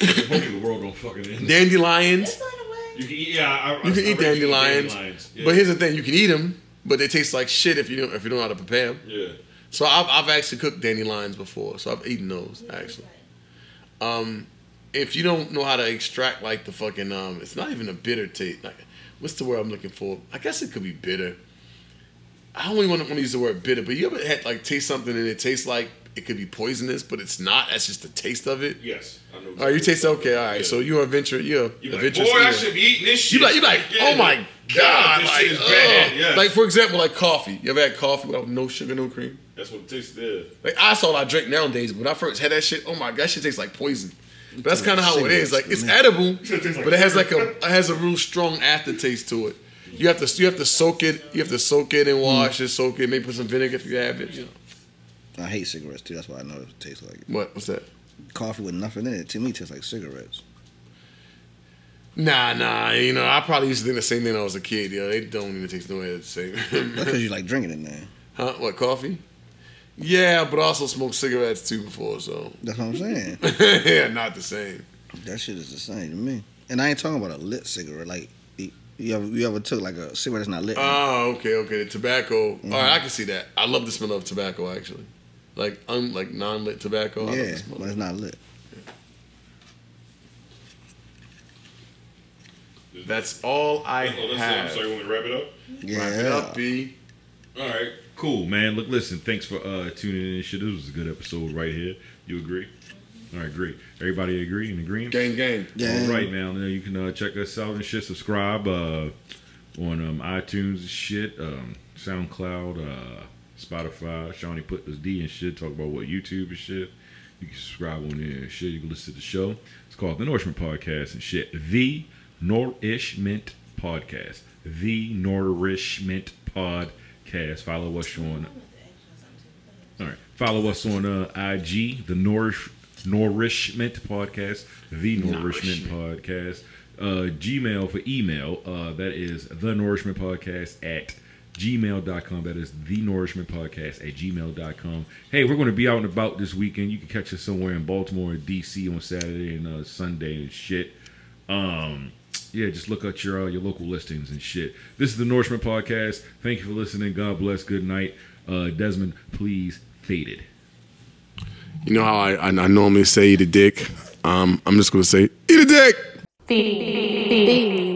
D: Hopefully, the world don't fucking end.
C: dandelions,
E: It's on the web.
D: You can eat, yeah, I, I,
C: you can
D: I
C: eat
D: read you
C: dandelions.
D: Yeah.
C: But here's the thing: you can eat them, but they taste like shit if you don't if you don't know how to prepare them.
D: yeah.
C: So I've, I've actually cooked dandelions before, so I've eaten those actually. Um, if you don't know how to extract like the fucking um, it's not even a bitter taste. Like, what's the word I'm looking for? I guess it could be bitter. I only want to use the word bitter, but you ever had like taste something and it tastes like it could be poisonous, but it's not. That's just the taste of it.
D: Yes. I know
C: All right, you taste okay. All right,
D: Yeah.
C: so you're a venture. You're a
D: You be like,
C: venture.
D: boy, I should be eating this shit.
C: You like you like
D: Yeah.
C: oh my god,
D: this
C: like,
D: shit is bad.
C: ugh.
D: Yes.
C: like for example like coffee. You ever had coffee without no sugar, no cream?
D: that's what it tastes there.
C: Like that's all I drink nowadays. But when I first had that shit, oh my god, that shit tastes like poison. But that's kind of how it is. Like it's edible, but it has like a it has a real strong aftertaste to it. You have to you have to soak it. You have to soak it and wash it, soak it. Maybe put some vinegar if you have it. You know.
F: I hate cigarettes too. That's why I know it tastes like it.
C: What? What's that?
F: coffee with nothing in it. To me, it tastes like cigarettes.
C: Nah, nah. You know, I probably used to think the same thing when I was a kid. Yo, they don't even taste no way the same.
F: That's because you like drinking it now.
C: (laughs) huh? What coffee? Yeah, but I also smoked cigarettes too before, so (laughs)
F: That's what I'm saying.
C: yeah, not the same.
F: that shit is the same to me. And I ain't talking about a lit cigarette. Like you you ever you ever took like a cigarette that's not lit?
C: Oh, okay, okay. The tobacco.
F: Mm-hmm.
C: All right, I can see that. I love the smell of tobacco actually, like un like non lit tobacco. I love
F: yeah,
C: the smell.
F: but it's not lit.
C: That's all I
D: Oh, that's it. I'm
C: have.
D: sorry, you want me to wrap it up?
F: Yeah.
C: Wrap it up, B.
D: All right. Cool, man. Look, listen. Thanks for uh, tuning in and shit. This was a good episode right here. You agree? All right, great. Everybody agree and agreeing?
C: Gang, gang.
F: Yeah.
D: All right, now now you can uh, check us out and shit. Subscribe uh, on um, iTunes and shit, um, SoundCloud, uh, Spotify. Shawnee put this D and shit. Talk about what YouTube and shit. You can subscribe on there and shit. You can listen to the show. It's called The Nourishment Podcast and shit. The Nourishment Podcast. The Nourishment Podcast. Follow us on all right. Follow us on uh, IG, the Nourish Nourishment Podcast, the Nourishment, Podcast. Uh, Gmail for email. Uh, that is the Nourishment Podcast at gmail.com. That is the Nourishment Podcast at gmail.com. Hey, we're going to be out and about this weekend. You can catch us somewhere in Baltimore or DC on Saturday and uh, Sunday and shit. Um, yeah, just look at your uh, your local listings and shit. This is the Norseman podcast. Thank you for listening. God bless. Good night, uh, Desmond. Please faded.
G: You know how I, I, I normally say eat a dick? Um, I'm just going to say eat a dick.
A: Feed, feed, feed,